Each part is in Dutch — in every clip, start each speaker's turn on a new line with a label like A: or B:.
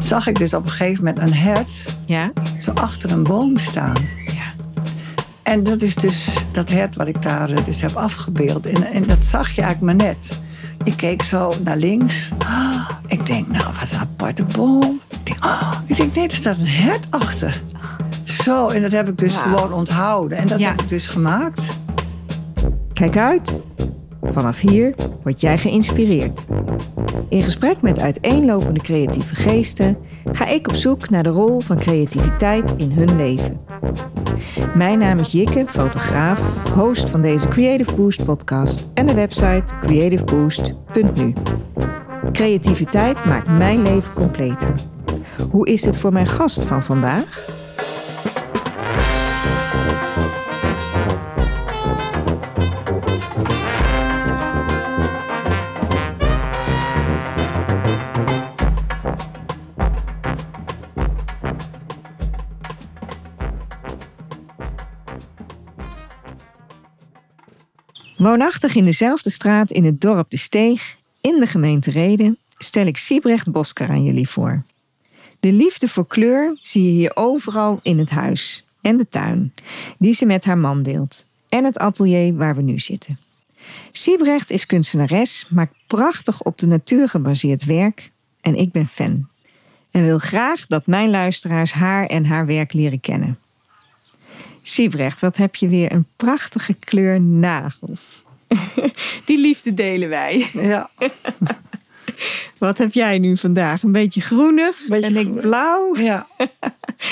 A: zag ik dus op een gegeven moment een hert
B: Ja?
A: zo achter een boom staan.
B: Ja.
A: En dat is dus dat hert wat ik daar eh, dus heb afgebeeld. En, en dat zag je eigenlijk maar net. Ik keek zo naar links. Ah, Ik denk, nou, wat een aparte boom. Ik denk, ah, ik denk nee, er staat een hert achter. Zo, en dat heb ik dus
B: Wauw.
A: gewoon onthouden. En dat
B: Ja.
A: heb ik dus gemaakt.
C: Kijk uit! Vanaf hier word jij geïnspireerd. In gesprek met uiteenlopende creatieve geesten ga ik op zoek naar de rol van creativiteit in hun leven. Mijn naam is Jikke, fotograaf, host van deze Creative Boost podcast en de website creativeboost.nu. Creativiteit maakt mijn leven completer. Hoe is dit voor mijn gast van vandaag? Woonachtig in dezelfde straat in het dorp De Steeg, in de gemeente Reden, stel ik Siebrecht Bosker aan jullie voor. De liefde voor kleur zie je hier overal in het huis en de tuin, die ze met haar man deelt, en het atelier waar we nu zitten. Siebrecht is kunstenares, maakt prachtig op de natuur gebaseerd werk en ik ben fan. En wil graag dat mijn luisteraars haar en haar werk leren kennen. Siebrecht, wat heb je weer een prachtige kleur nagels. Die liefde delen wij.
A: Ja,
C: Wat heb jij nu vandaag? Een beetje groenig
A: Beetje
C: en ik
A: groen-
C: blauw.
A: ja.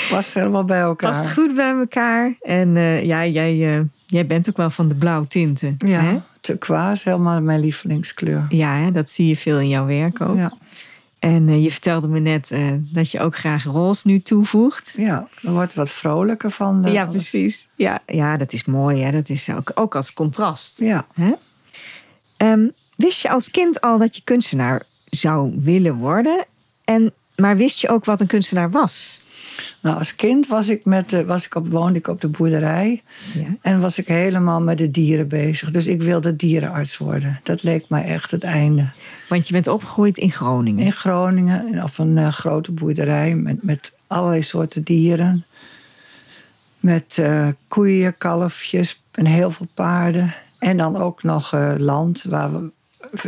A: Past helemaal bij elkaar.
C: Past goed bij elkaar. En eh, ja, jij, eh, jij bent ook wel van de blauw tinten. Hè?
A: Ja, turquoise, helemaal mijn lievelingskleur.
C: ja hè, dat zie je veel in jouw werk ook.
A: Ja,
C: En eh, je vertelde me net eh, dat je ook graag roze nu toevoegt.
A: ja, er wordt wat vrolijker van. eh,
C: ja,
A: alles.
C: precies. Ja, ja, dat is mooi. Hè? Dat is ook, ook als contrast.
A: Ja,
C: Hè? Ehm, wist je als kind al dat je kunstenaar zou willen worden? En, maar wist je ook wat een kunstenaar was?
A: nou als kind was ik met, eh, was ik op, woonde ik op de boerderij.
C: Ja.
A: En was ik helemaal met de dieren bezig. Dus ik wilde dierenarts worden. Dat leek mij echt het einde.
C: Want je bent opgegroeid in Groningen.
A: In Groningen, op een eh, grote boerderij met, met allerlei soorten dieren. Met eh, koeien, kalfjes en heel veel paarden. En dan ook nog eh, land waar we,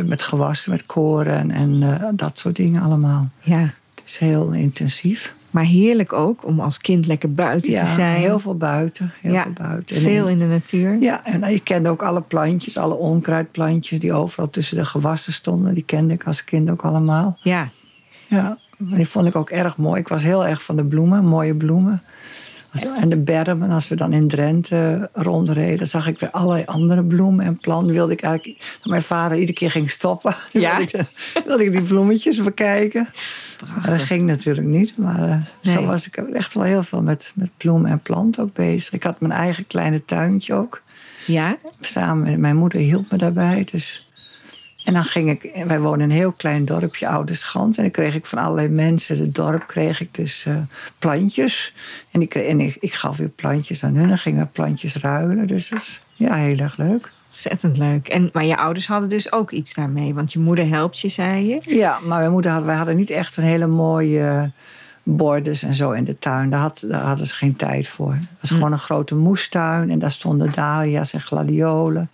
A: met gewassen, met koren en eh, dat soort dingen allemaal.
C: Ja.
A: Het is heel intensief.
C: Maar heerlijk ook om als kind lekker buiten te zijn.
A: heel veel buiten. Heel
C: ja,
A: veel buiten. En
C: veel in de natuur.
A: Ja, en ik kende ook alle plantjes, alle onkruidplantjes die overal tussen de gewassen stonden. Die kende ik als kind ook allemaal.
C: Ja.
A: Ja, maar die vond ik ook erg mooi. Ik was heel erg van de bloemen, mooie bloemen. Als- En de bermen, als we dan in Drenthe rondreden, zag ik weer allerlei andere bloemen en planten. Wilde ik eigenlijk dat mijn vader iedere keer ging stoppen.
C: Ja.
A: wilde, ik, wilde ik die bloemetjes bekijken. Maar dat ging natuurlijk niet. Maar eh, zo
C: Nee.
A: was ik echt wel heel veel met, met bloemen en planten ook bezig. Ik had mijn eigen kleine tuintje ook
C: Ja.
A: samen met mijn moeder hielp me daarbij. Dus. En dan ging ik, wij wonen in een heel klein dorpje, Oude Schans. En dan kreeg ik van allerlei mensen, het dorp kreeg ik dus eh, plantjes. En, ik, en ik, ik gaf weer plantjes aan hun en gingen we plantjes ruilen. Dus dat is ja, heel erg leuk.
C: Ontzettend leuk. En, maar je ouders hadden dus ook iets daarmee. Want je moeder helpt je, zei je.
A: Ja, maar mijn moeder had, wij hadden niet echt een hele mooie eh, bordes en zo in de tuin. Daar, had, daar hadden ze geen tijd voor. Het was gewoon een grote moestuin en daar stonden dahlia's en gladiolen.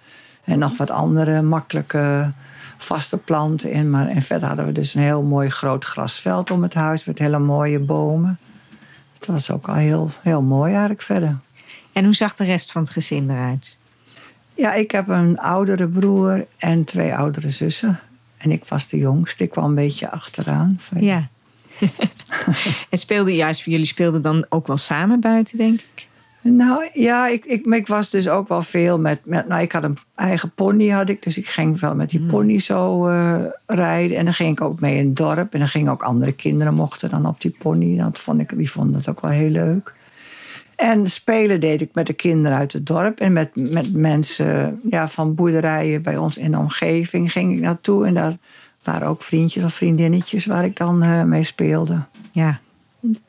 A: En nog wat andere makkelijke vaste planten in. Maar, en verder hadden we dus een heel mooi groot grasveld om het huis met hele mooie bomen. Het was ook al heel, heel mooi eigenlijk verder.
C: En hoe zag de rest van het gezin eruit?
A: Ja, ik heb een oudere broer en twee oudere zussen. En ik was de jongste. Ik kwam een beetje achteraan. Van,
C: Ja. en speelden juist, jullie speelden dan ook wel samen buiten, denk ik.
A: Nou ja, ik, ik, maar ik was dus ook wel veel met, met. Nou, ik had een eigen pony, had ik, dus ik ging wel met die pony zo eh, rijden. En dan ging ik ook mee in het dorp. En dan gingen ook andere kinderen mochten dan op die pony. Dat vond ik, die vonden dat ook wel heel leuk. En spelen deed ik met de kinderen uit het dorp. En met, met mensen ja, van boerderijen bij ons in de omgeving ging ik naartoe. En daar waren ook vriendjes of vriendinnetjes waar ik dan eh, mee speelde.
C: Ja.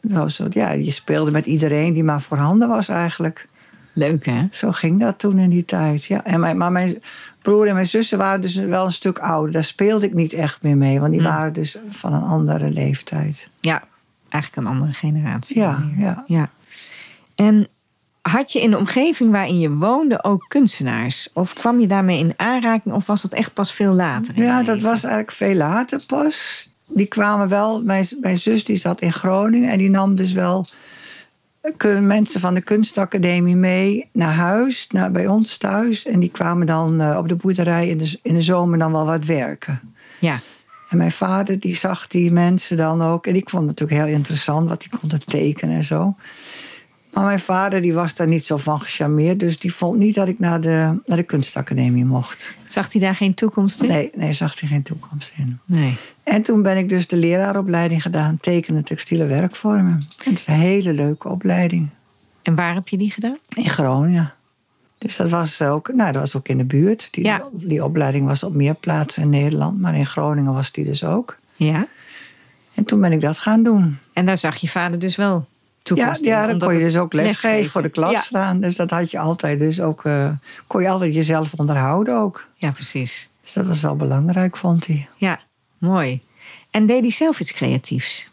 A: Nou, zo, ja, je speelde met iedereen die maar voorhanden was eigenlijk.
C: Leuk, hè?
A: Zo ging dat toen in die tijd. Ja. En mijn, maar mijn broer en mijn zussen waren dus wel een stuk
C: Hm.
A: ouder. Daar speelde ik niet echt meer mee, want die waren dus van een andere leeftijd.
C: Ja. eigenlijk een andere generatie.
A: Ja,
C: meer.
A: ja.
C: ja. En had je in de omgeving waarin je woonde ook kunstenaars? Of kwam je daarmee in aanraking? Of was dat echt pas veel later? in je
A: Ja, dat
C: leven?
A: was eigenlijk veel later pas. Die kwamen wel, mijn, mijn zus die zat in Groningen en die nam dus wel eh, kun- mensen van de kunstacademie mee naar huis, naar, bij ons thuis. En die kwamen dan eh, op de boerderij in de, z- in de zomer dan wel wat werken.
C: Ja,
A: En mijn vader die zag die mensen dan ook. En ik vond het natuurlijk heel interessant wat die konden tekenen en zo. Maar mijn vader die was daar niet zo van gecharmeerd. Dus die vond niet dat ik naar de, naar de kunstacademie mocht.
C: zag hij daar geen toekomst in?
A: Nee, nee, zag hij geen toekomst in.
C: Nee.
A: En toen ben ik dus de leraaropleiding gedaan. Tekenen textiele werkvormen. Het is een hele leuke opleiding.
C: En waar heb je die gedaan?
A: In Groningen. Dus dat was ook, nou, dat was ook in de buurt. Die,
C: Ja.
A: die opleiding was op meer plaatsen in Nederland. Maar in Groningen was die dus ook.
C: Ja.
A: En toen ben ik dat gaan doen.
C: En daar zag je vader dus wel
A: Ja,
C: toekomst in.
A: ja, dan
C: omdat
A: kon je
C: het
A: dus ook lesgeven voor de klas
C: Ja,
A: staan. Dus dat had je altijd dus ook, eh, kon je altijd jezelf onderhouden ook.
C: ja precies.
A: Dus dat was wel belangrijk, vond hij.
C: Ja, mooi. En deed hij zelf iets creatiefs?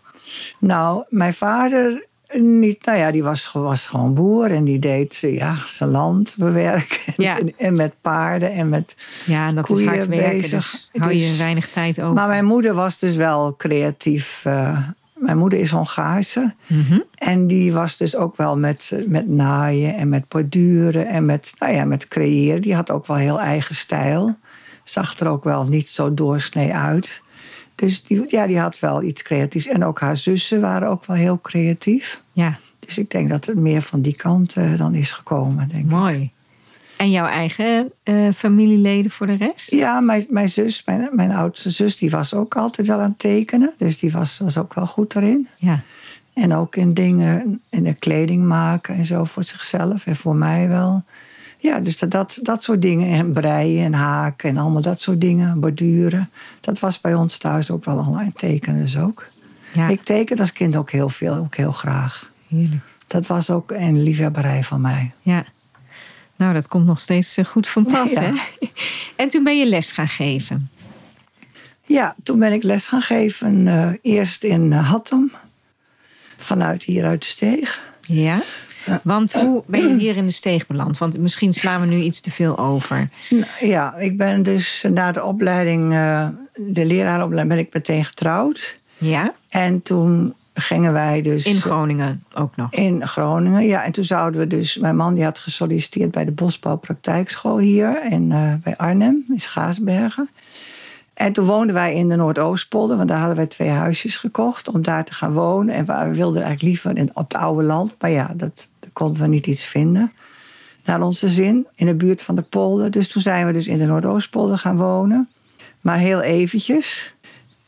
A: Nou, mijn vader niet, nou ja, die was, ge- was gewoon boer en die deed eh, ja, zijn land bewerken.
C: Ja.
A: En, en met paarden en met.
C: Ja, en dat is
A: Koeien
C: hard werken,
A: bezig.
C: dus hou je
A: Dus-
C: weinig tijd over.
A: Maar mijn moeder was dus wel creatief. eh, mijn moeder is Hongaarse.
C: Mhm.
A: En die was dus ook wel met, eh, met naaien en met borduren en met, nou ja, met creëren. Die had ook wel heel eigen stijl. Zag er ook wel niet zo doorsnee uit. Dus die, ja, die had wel iets creatiefs. En ook haar zussen waren ook wel heel creatief.
C: Ja,
A: Dus ik denk dat het meer van die kant eh, dan is gekomen. Denk ik.
C: mooi. En jouw eigen eh, familieleden voor de rest?
A: Ja, mijn, mijn zus, mijn, mijn oudste zus, die was ook altijd wel aan het tekenen. Dus die was, was ook wel goed erin.
C: Ja.
A: En ook in dingen, in de kleding maken en zo voor zichzelf en voor mij wel. Ja, dus dat, dat, dat soort dingen. En breien en haken en allemaal dat soort dingen. Borduren. Dat was bij ons thuis ook wel allemaal. En tekenen dus ook.
C: ja,
A: Ik tekende als kind ook heel veel, ook heel graag.
C: heerlijk.
A: Dat was ook een liefhebberij van mij.
C: Ja. Nou, dat komt nog steeds eh, goed van pas,
A: Ja.
C: hè? En toen ben je les gaan geven.
A: Ja, toen ben ik les gaan geven. eh, eerst in eh, Hattem. Vanuit hier uit de steeg.
C: Ja. Want hoe ben je hier in de steeg beland? Want misschien slaan we nu iets te veel over.
A: Nou, Ja, ik ben dus na de opleiding, eh, de leraaropleiding, ben ik meteen getrouwd.
C: Ja.
A: En toen gingen wij dus...
C: In Groningen ook nog.
A: In Groningen, ja. En toen zouden we dus... Mijn man die had gesolliciteerd bij de bosbouwpraktijkschool hier... en bij Arnhem, in Schaarsbergen. En toen woonden wij in de Noordoostpolder... want daar hadden wij twee huisjes gekocht om daar te gaan wonen. En we we wilden eigenlijk liever in, op het oude land. Maar ja, dat, daar konden we niet iets vinden. Naar onze zin, in de buurt van de polder. Dus toen zijn we dus in de Noordoostpolder gaan wonen. Maar heel eventjes...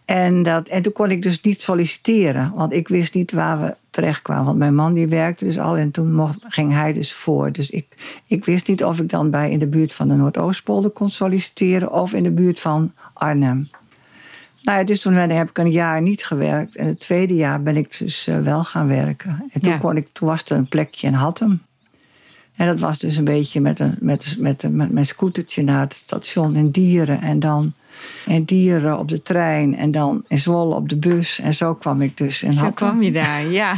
A: En, dat, en toen kon ik dus niet solliciteren, want ik wist niet waar we terecht kwamen. Want mijn man die werkte dus al en toen mocht, ging hij dus voor. Dus ik, ik wist niet of ik dan bij in de buurt van de Noordoostpolder kon solliciteren of in de buurt van Arnhem. Nou ja, dus toen ben- heb ik een jaar niet gewerkt en het tweede jaar ben ik dus eh, wel gaan werken. En toen,
C: Ja.
A: kon ik, toen was er een plekje in Hattem. En dat was dus een beetje met, een, met, met, met mijn scootertje naar het station in Dieren. En dan in Dieren op de trein. En dan in Zwolle op de bus. En zo kwam ik dus. En
C: Zo
A: had-
C: kwam je daar, ja.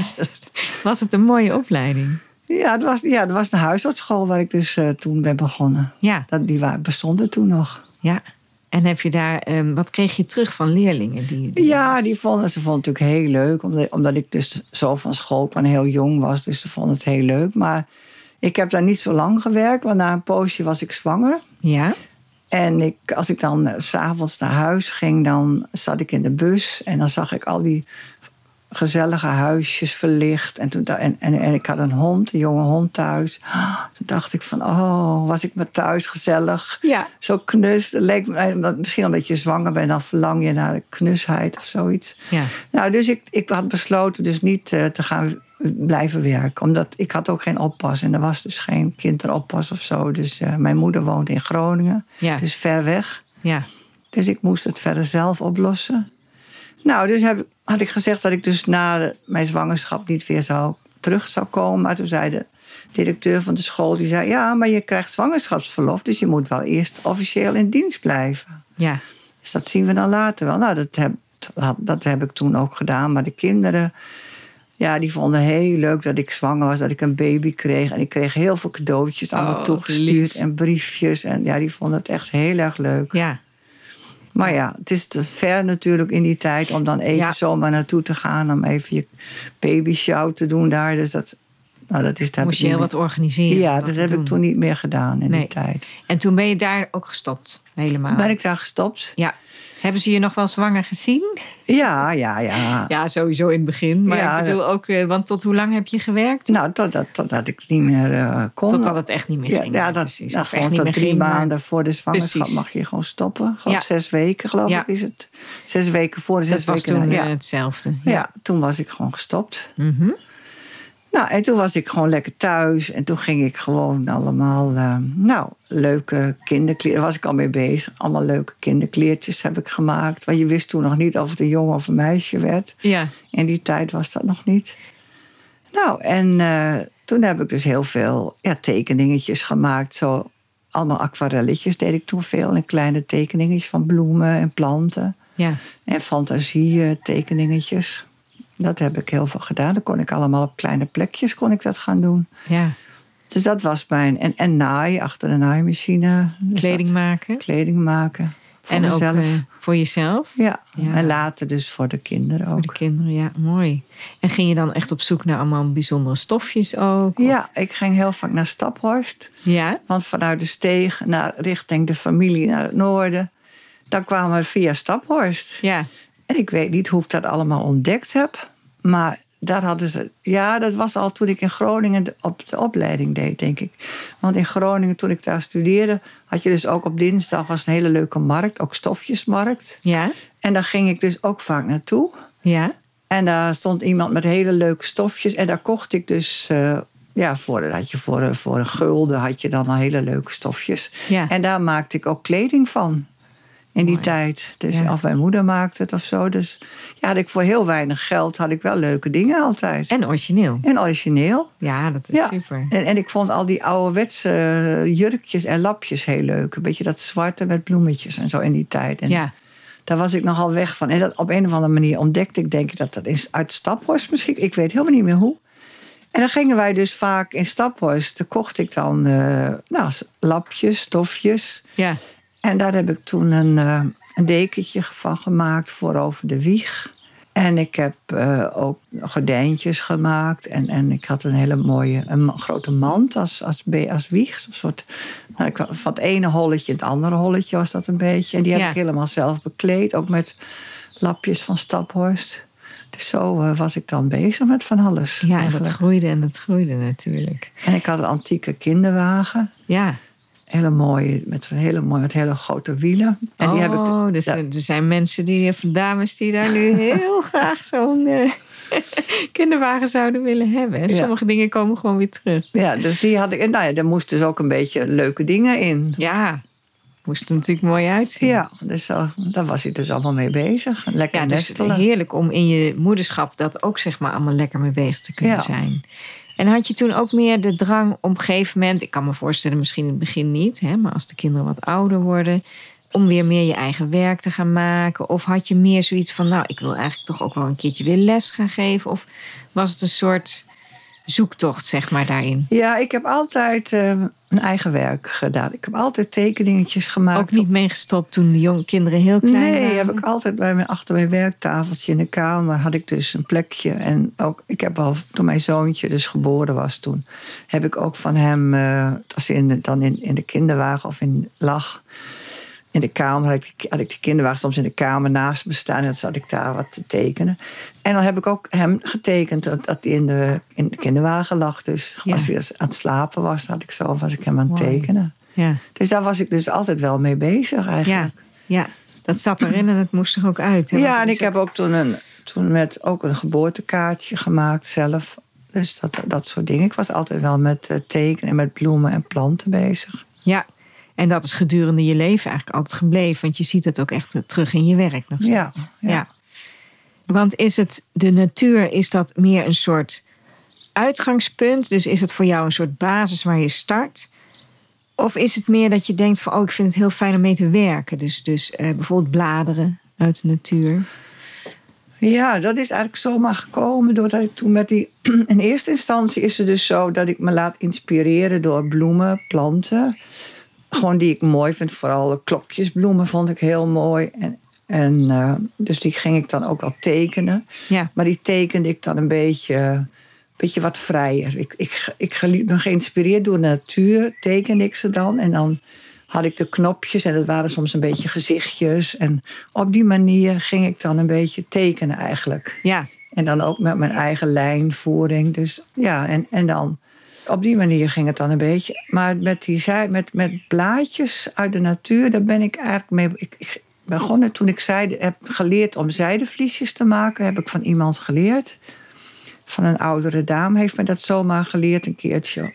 C: Was het een mooie opleiding?
A: Ja, het was, ja, het was de huisartsschool waar ik dus eh, toen ben begonnen.
C: Ja,
A: Dat, die wa- bestonden toen nog.
C: ja. En heb je daar, ehm, wat kreeg je terug van leerlingen? Die, die
A: Ja, die vonden, ze vonden het natuurlijk heel leuk. Omdat, omdat ik dus zo van school kwam en heel jong was. Dus ze vonden het heel leuk. Maar ik heb daar niet zo lang gewerkt. Want na een poosje was ik zwanger.
C: Ja,
A: En ik, als ik dan eh, 's s'avonds naar huis ging, dan zat ik in de bus en dan zag ik al die gezellige huisjes verlicht. En, toen, da- en, en, en ik had een hond, een jonge hond thuis. Toen dacht ik van, oh, was ik maar thuis gezellig.
C: ja.
A: Zo knus. Het Leek, me- eh, omdat- misschien omdat je zwanger bent, dan verlang je naar de knusheid of zoiets.
C: ja.
A: Nou, dus ik, ik had besloten dus niet eh, te gaan blijven werken. Omdat ik had ook geen oppas. En er was dus geen kinderoppas of zo. Dus eh, mijn moeder woonde in Groningen.
C: Ja.
A: Dus ver weg.
C: ja.
A: Dus ik moest het verder zelf oplossen. Nou, dus heb, had ik gezegd dat ik dus na de- mijn zwangerschap niet weer zou, terug zou komen. Maar toen zei de directeur van de school, die zei... ja, maar je krijgt zwangerschapsverlof, dus je moet wel eerst officieel in dienst blijven.
C: ja.
A: Dus dat zien we dan later wel. Nou, dat heb, dat heb ik toen ook gedaan. Maar de kinderen Ja, die vonden heel leuk dat ik zwanger was, dat ik een baby kreeg. En ik kreeg heel veel cadeautjes allemaal
C: Oh,
A: toegestuurd
C: lief.
A: en briefjes. En ja, die vonden het echt heel erg leuk.
C: Ja,
A: Maar ja, het is, het is ver natuurlijk in die tijd om dan even
C: Ja.
A: zomaar naartoe te gaan. Om even je baby show te doen daar. Dus dat, nou, dat is daar
C: moest je heel wat organiseren.
A: Ja,
C: wat
A: dat
C: te
A: heb
C: doen.
A: ik toen niet meer gedaan in
C: Nee.
A: die tijd.
C: En toen ben je daar ook gestopt, helemaal.
A: Ben ik daar gestopt?
C: Ja. Hebben ze je nog wel zwanger gezien?
A: Ja, ja, ja.
C: Ja, sowieso in het begin. Maar
A: Ja,
C: ik bedoel ook, eh, want tot hoe lang heb je gewerkt?
A: Nou, totdat, totdat ik niet meer eh kon.
C: Totdat het echt niet meer
A: ja,
C: ging.
A: ja, dat,
C: precies.
A: nou,
C: Of echt
A: gewoon
C: niet
A: tot
C: meer
A: drie
C: ging, maar-
A: maanden voor de zwangerschap
C: Precies.
A: mag je gewoon stoppen. Gewoon
C: Ja.
A: zes weken, geloof
C: Ja.
A: ik, is het. Zes weken voor en
C: Dat
A: zes
C: was
A: weken
C: toen
A: na.
C: eh,
A: Ja.
C: hetzelfde.
A: Ja. toen was ik gewoon gestopt.
C: Mhm.
A: Nou, en toen was ik gewoon lekker thuis. En toen ging ik gewoon allemaal, eh, nou, leuke kinderkleren. Daar was ik al mee bezig. Allemaal leuke kinderkleertjes heb ik gemaakt. Want je wist toen nog niet of het een jongen of een meisje werd.
C: ja.
A: In die tijd was dat nog niet. Nou, en eh, toen heb ik dus heel veel ja, tekeningetjes gemaakt. Zo, allemaal aquarelletjes deed ik toen veel. En kleine tekeningetjes van bloemen en planten.
C: Ja.
A: En fantasietekeningetjes. Dat heb ik heel veel gedaan. Dan kon ik allemaal op kleine plekjes kon ik dat gaan doen.
C: ja.
A: Dus dat was mijn... En, en naaien, achter de naaimachine. Dus
C: Kleding
A: dat-
C: maken.
A: Kleding maken. Voor
C: en
A: mezelf.
C: ook eh, voor jezelf.
A: ja.
C: ja.
A: en later dus voor de kinderen
C: Voor
A: ook.
C: de kinderen, ja, mooi. En ging je dan echt op zoek naar allemaal bijzondere stofjes ook? Of-
A: Ja, ik ging heel vaak naar Staphorst.
C: Ja?
A: Want vanuit de steeg naar, richting de familie naar het noorden. Dan kwamen we via Staphorst.
C: Ja.
A: En ik weet niet hoe ik dat allemaal ontdekt heb. Maar daar hadden ze. Ja, dat was al toen ik in Groningen de, op de opleiding deed, denk ik. Want in Groningen, toen ik daar studeerde. had je dus ook op dinsdag was een hele leuke markt. Ook stofjesmarkt.
C: Ja?
A: En daar ging ik dus ook vaak naartoe.
C: Ja?
A: En daar stond iemand met hele leuke stofjes. En daar kocht ik dus. eh, ja, voor, had je voor, een- voor een gulden had je dan al hele leuke stofjes.
C: Ja.
A: En daar maakte ik ook kleding van. In die
C: Mooi.
A: tijd. Dus
C: Ja.
A: of mijn moeder maakte het of zo. Dus ja, had ik voor heel weinig geld had ik wel leuke dingen altijd. En,
C: En origineel.
A: origineel.
C: Ja, dat is
A: Ja.
C: super.
A: En, en ik vond al die ouderwetse eh, jurkjes en lapjes heel leuk. Een beetje dat zwarte met bloemetjes en zo in die tijd. En
C: Ja.
A: daar was ik nogal weg van. En dat op een of andere manier ontdekte ik, denk ik, dat dat is uit Staphorst misschien. Ik weet helemaal niet meer hoe. En dan gingen wij dus vaak in Staphorst. Dan kocht ik dan eh, nou, lapjes, stofjes.
C: Ja.
A: En daar heb ik toen een, eh, een dekentje van gemaakt voor over de wieg. En ik heb eh, ook gordijntjes gemaakt. En, en ik had een hele mooie een ma- grote mand als, als, be- als wieg. Een soort, nou, ik, van het ene holletje in het andere holletje was dat een beetje. En die heb
C: Ja.
A: ik helemaal zelf bekleed. Ook met lapjes van Staphorst. Dus zo eh, was ik dan bezig met van alles.
C: Ja, en dat
A: eigenlijk.
C: groeide en dat groeide natuurlijk.
A: En ik had een antieke kinderwagen.
C: Ja.
A: Hele mooie, met een hele mooie, met hele grote wielen. En die heb ik.
C: oh, dus
A: ja.
C: er er zijn mensen die, of dames die daar nu heel graag zo'n eh, kinderwagen zouden willen hebben. En
A: Ja.
C: sommige dingen komen gewoon weer terug.
A: Ja, dus die had ik. En nou ja, daar moest dus ook een beetje leuke dingen in.
C: Ja, moest er natuurlijk mooi uitzien.
A: Ja, dus eh, daar was ik dus allemaal mee bezig. Lekker
C: Ja, dus
A: nestelen.
C: heerlijk om in je moederschap dat ook zeg maar allemaal lekker mee bezig te kunnen
A: Ja.
C: zijn. En had je toen ook meer de drang op een gegeven moment, ik kan me voorstellen misschien in het begin niet, hè, maar als de kinderen wat ouder worden, om weer meer je eigen werk te gaan maken? Of had je meer zoiets van, nou, ik wil eigenlijk toch ook wel een keertje weer les gaan geven? Of was het een soort zoektocht zeg maar daarin?
A: Ja, ik heb altijd eh, een eigen werk gedaan. Ik heb altijd tekeningetjes gemaakt.
C: Ook niet meegestopt toen de jonge kinderen heel klein
A: Nee,
C: waren?
A: heb ik altijd bij mijn, achter mijn werktafeltje in de kamer had ik dus een plekje. En ook, ik heb al, toen mijn zoontje dus geboren was toen, heb ik ook van hem, eh, als hij in de- dan in, in de kinderwagen of in lag, in de kamer had ik, had ik de kinderwagen soms in de kamer naast me staan. En dan zat ik daar wat te tekenen. En dan heb ik ook hem getekend dat, dat hij in de, in de kinderwagen lag. Dus
C: Ja.
A: als hij dus aan het slapen was, had ik zo, was ik hem aan het
C: Mooi.
A: tekenen.
C: Ja,
A: Dus daar was ik dus altijd wel mee bezig eigenlijk.
C: ja, ja, dat zat erin en het moest er ook uit. hè? Want
A: Ja, en
C: het
A: ik
C: is ook-
A: heb ook toen, een, toen met ook een geboortekaartje gemaakt zelf. Dus dat, dat soort dingen. Ik was altijd wel met eh, tekenen en met bloemen en planten bezig.
C: Ja, en dat is gedurende je leven eigenlijk altijd gebleven. Want je ziet het ook echt eh, terug in je werk nog steeds.
A: Ja, ja.
C: Want is het de natuur, is dat meer een soort uitgangspunt? Dus is het voor jou een soort basis waar je start? Of is het meer dat je denkt van, oh, ik vind het heel fijn om mee te werken. Dus, dus eh, bijvoorbeeld bladeren uit de natuur.
A: Ja, dat is eigenlijk zomaar gekomen doordat ik toen met die... In eerste instantie is het dus zo dat ik me laat inspireren door bloemen, planten. Gewoon die ik mooi vind. Vooral klokjesbloemen vond ik heel mooi. En, en, eh, dus die ging ik dan ook wel tekenen.
C: Ja,
A: Maar die tekende ik dan een beetje, een beetje wat vrijer. Ik, ik, ik geliet me geïnspireerd door de natuur, tekende ik ze dan. En dan had ik de knopjes en dat waren soms een beetje gezichtjes. En op die manier ging ik dan een beetje tekenen eigenlijk.
C: ja.
A: En dan ook met mijn eigen lijnvoering. Dus ja, en, en dan op die manier ging het dan een beetje. Maar met, die, zij- met, met blaadjes uit de natuur, daar ben ik eigenlijk mee. Ik, ik begon het toen ik zijde, heb geleerd om zijdevliesjes te maken, heb ik van iemand geleerd. Van een oudere dame heeft me dat zomaar geleerd een keertje.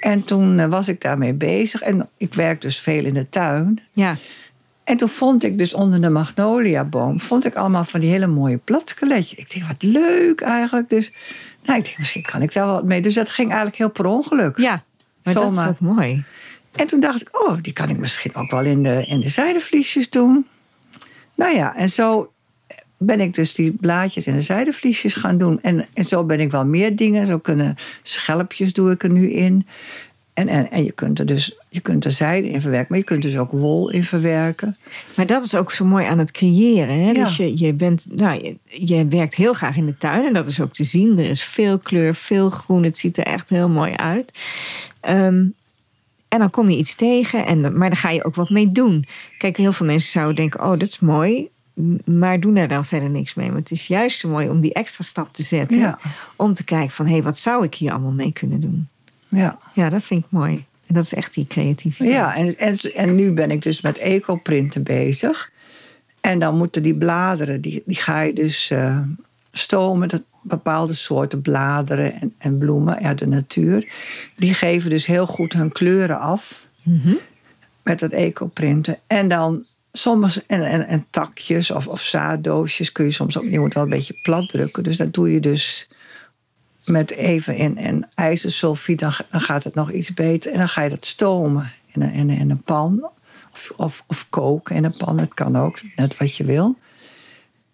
A: En toen eh, was ik daarmee bezig. En ik werk dus veel in de tuin.
C: ja.
A: En toen vond ik dus onder de magnoliaboom... vond ik allemaal van die hele mooie platskeletjes. Ik denk, wat leuk eigenlijk. Dus nou, ik denk, misschien kan ik daar wat mee. Dus dat ging eigenlijk heel per ongeluk.
C: Ja, maar dat
A: Zomaar.
C: is ook mooi.
A: En toen dacht ik, oh, die kan ik misschien ook wel in de, in de zijdevliesjes doen. Nou ja, en zo ben ik dus die blaadjes in de zijdevliesjes gaan doen. En, en zo ben ik wel meer dingen. Zo kunnen schelpjes doe ik er nu in. En, en, en je kunt er dus je kunt er zijde in verwerken, maar je kunt dus ook wol in verwerken.
C: Maar dat is ook zo mooi aan het creëren. Hè?
A: Ja.
C: Dus je, je, bent, nou, je, je werkt heel graag in de tuin en dat is ook te zien. Er is veel kleur, veel groen. Het ziet er echt heel mooi uit. Ehm, en dan kom je iets tegen, en, dan- maar daar ga je ook wat mee doen. Kijk, heel veel mensen zouden denken: oh, dat is mooi. m- Maar doen daar dan verder niks mee. Maar het is juist zo mooi om die extra stap te zetten.
A: Ja.
C: Om te kijken van, hé, wat zou ik hier allemaal mee kunnen doen?
A: Ja.
C: Ja, dat vind ik mooi. En dat is echt die creativiteit.
A: Ja, en, en, en nu ben ik dus met ecoprinten bezig. En dan moeten die bladeren, die, die ga je dus eh, stomen. Dat bepaalde soorten bladeren en, en bloemen uit de natuur. Die geven dus heel goed hun kleuren af
C: Mhm.
A: met dat ecoprinten. En dan soms en, en, en takjes of, of zaaddoosjes kun je soms ook. Je moet wel een beetje plat drukken. Dus dat doe je dus met even in, in ijzersulfiet. Dan, ga- dan gaat het nog iets beter. En dan ga je dat stomen in een, in een, in een pan. Of, of, of koken in een pan. Dat kan ook, net wat je wil.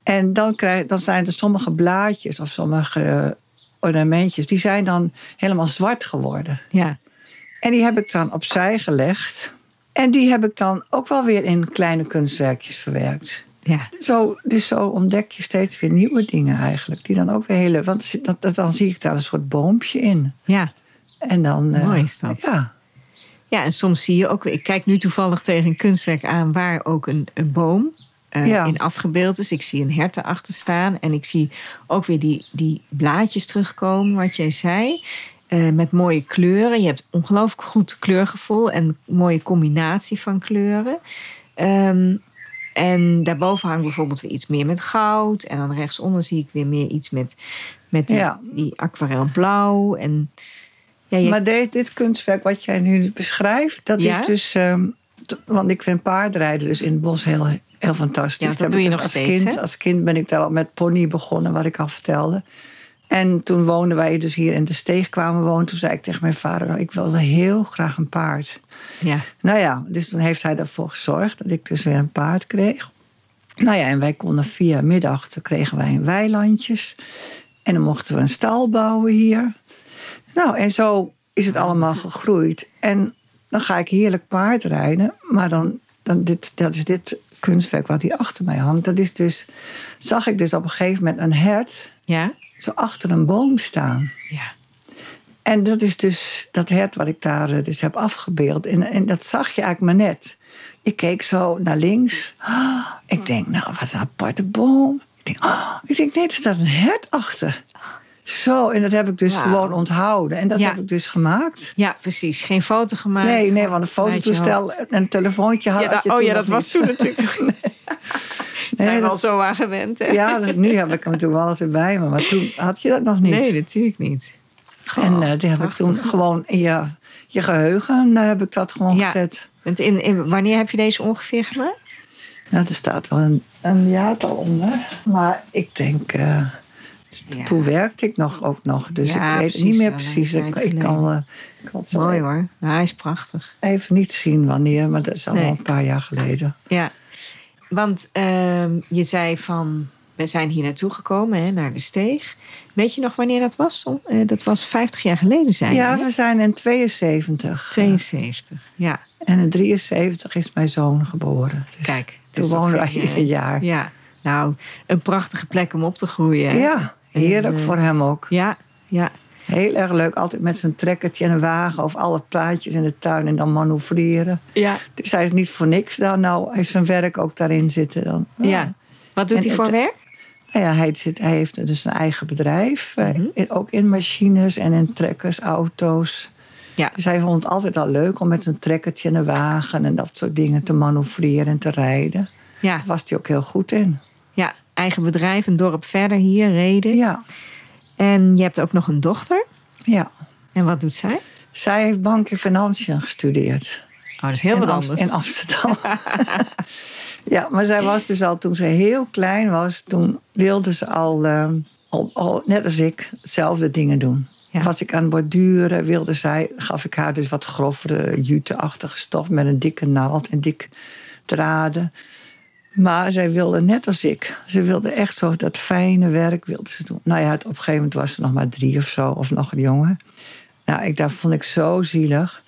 A: En dan, krijg, dan zijn er sommige blaadjes of sommige eh, ornamentjes... die zijn dan helemaal zwart geworden.
C: Ja,
A: En die heb ik dan opzij gelegd. En die heb ik dan ook wel weer in kleine kunstwerkjes verwerkt.
C: ja.
A: Zo, dus zo ontdek je steeds weer nieuwe dingen eigenlijk. Die dan ook weer hele. Want er zit- dat, dat- dan zie ik daar een soort boompje in.
C: ja.
A: En dan, eh,
C: Mooi is dat.
A: Ja,
C: Ja, en soms zie je ook, ik kijk nu toevallig tegen een kunstwerk aan waar ook een, een boom eh,
A: Ja.
C: in afgebeeld is. Ik zie een hert erachter staan en ik zie ook weer die, die blaadjes terugkomen, wat jij zei. eh, met mooie kleuren. Je hebt ongelooflijk goed kleurgevoel en een mooie combinatie van kleuren. Ehm, en daarboven hangt bijvoorbeeld weer iets meer met goud. En dan rechtsonder zie ik weer meer iets met, met die,
A: Ja.
C: die aquarelblauw. En, ja, je-
A: Maar dit, dit kunstwerk wat jij nu beschrijft, dat
C: Ja?
A: is dus. ehm, t- want ik vind paardrijden dus in het bos heel, heel fantastisch.
C: Ja, dat
A: Daar
C: doe
A: heb
C: je
A: ik dus
C: nog
A: als
C: steeds,
A: Kind,
C: hè?
A: als kind ben ik daar al met pony begonnen, wat ik al vertelde. En toen woonden wij dus hier in de steeg kwamen wonen. Toen zei ik tegen mijn vader, nou, ik wilde heel graag een paard.
C: ja.
A: Nou ja, dus toen heeft hij ervoor gezorgd dat ik dus weer een paard kreeg. Nou ja, en wij konden via middag, toen kregen wij een weilandjes. En dan mochten we een stal bouwen hier. Nou, en zo is het allemaal gegroeid. En dan ga ik heerlijk paardrijden. Maar dan, dan dit, dat is dit kunstwerk wat hier achter mij hangt. Dat is dus, zag ik dus op een gegeven moment een hert
C: ja,
A: zo achter een boom staan.
C: ja.
A: En dat is dus dat hert wat ik daar eh, dus heb afgebeeld. En, en dat zag je eigenlijk maar net. Ik keek zo naar links. Ah, Ik denk, nou, wat een aparte boom. Ik denk, ah, ik denk nee, er staat een hert achter. Zo, en dat heb ik dus
C: Wauw.
A: gewoon onthouden. En dat
C: Ja.
A: heb ik dus gemaakt.
C: Ja, precies. Geen foto gemaakt.
A: Nee, nee, want een
C: Vanuit je
A: fototoestel
C: hoofd.
A: en een telefoontje had,
C: Ja,
A: had
C: dat,
A: je
C: oh
A: toen
C: ja, dat
A: nog
C: was
A: niet.
C: toen natuurlijk. nee, zijn we
A: dat-
C: al zo aan gewend. Hè?
A: Ja, dus nu heb ik hem natuurlijk wel altijd bij me. Maar toen had je dat nog niet.
C: nee, natuurlijk niet. Goh,
A: en eh, die heb ik
C: prachtig.
A: toen gewoon in je, je geheugen eh, heb ik dat gewoon
C: Ja.
A: gezet.
C: Want in, in- wanneer heb je deze ongeveer gemaakt?
A: Nou, er staat wel een, een jaartal onder. Maar ik denk, eh,
C: Ja.
A: toen werkte ik nog ook nog. Dus
C: Ja,
A: ik weet het
C: precies,
A: niet meer
C: wel een
A: precies. Ik,
C: tijd
A: ik kan, eh, ik kan het zo
C: Mooi hoor. Nou, hij is prachtig.
A: even niet zien wanneer, maar dat is al
C: Nee.
A: een paar jaar geleden.
C: Ja. Want ehm, je zei van, we zijn hier naartoe gekomen, hè, naar de steeg. Weet je nog wanneer dat was? Om- eh, Dat was 50 jaar geleden, zijn
A: Ja, we zijn in 72.
C: 72, ja.
A: En in 73 is mijn zoon geboren. Dus
C: Kijk,
A: toen
C: dat
A: woonden wij
C: ging,
A: hier
C: eh,
A: een jaar.
C: Ja, nou, een prachtige plek om op te groeien. hè?
A: Ja, heerlijk
C: En, eh,
A: voor hem ook.
C: Ja, ja,
A: Heel erg leuk, altijd met zijn trekkertje en een wagen over alle plaatjes in de tuin en dan manoeuvreren.
C: ja,
A: Dus hij is niet voor niks daar nou, heeft zijn werk ook daarin zitten dan.
C: ja. Wat doet
A: Ah. En
C: hij voor
A: het-
C: werk?
A: Nou ja, hij, zit, hij heeft dus een eigen bedrijf, eh, ook in machines en in trekkers, auto's.
C: Ja,
A: Dus hij vond het altijd al leuk om met een trekkertje en een wagen en dat soort dingen te manoeuvreren en te rijden.
C: ja,
A: Daar was hij ook heel goed in.
C: ja. Eigen bedrijf, een dorp verder hier, Reden.
A: Ja,
C: En je hebt ook nog een dochter.
A: ja.
C: En wat doet zij?
A: Oh, Zij heeft bank en financiën gestudeerd.
C: Oh, dat is heel
A: in,
C: wat
A: Amst-
C: anders.
A: in Amsterdam. ja, maar zij was dus al toen ze heel klein was, toen wilde ze al, eh, al, al net als ik, hetzelfde dingen doen.
C: Ja.
A: Was ik aan het borduren, wilde zij, gaf ik haar dus wat grovere, juteachtige stof met een dikke naald en dik draden. Maar zij wilde net als ik. Ze wilde echt zo dat fijne werk wilde ze doen. Nou ja, het- op een gegeven moment was ze nog maar drie of zo, of nog jonger. Nou, ik, dat vond ik zo zielig.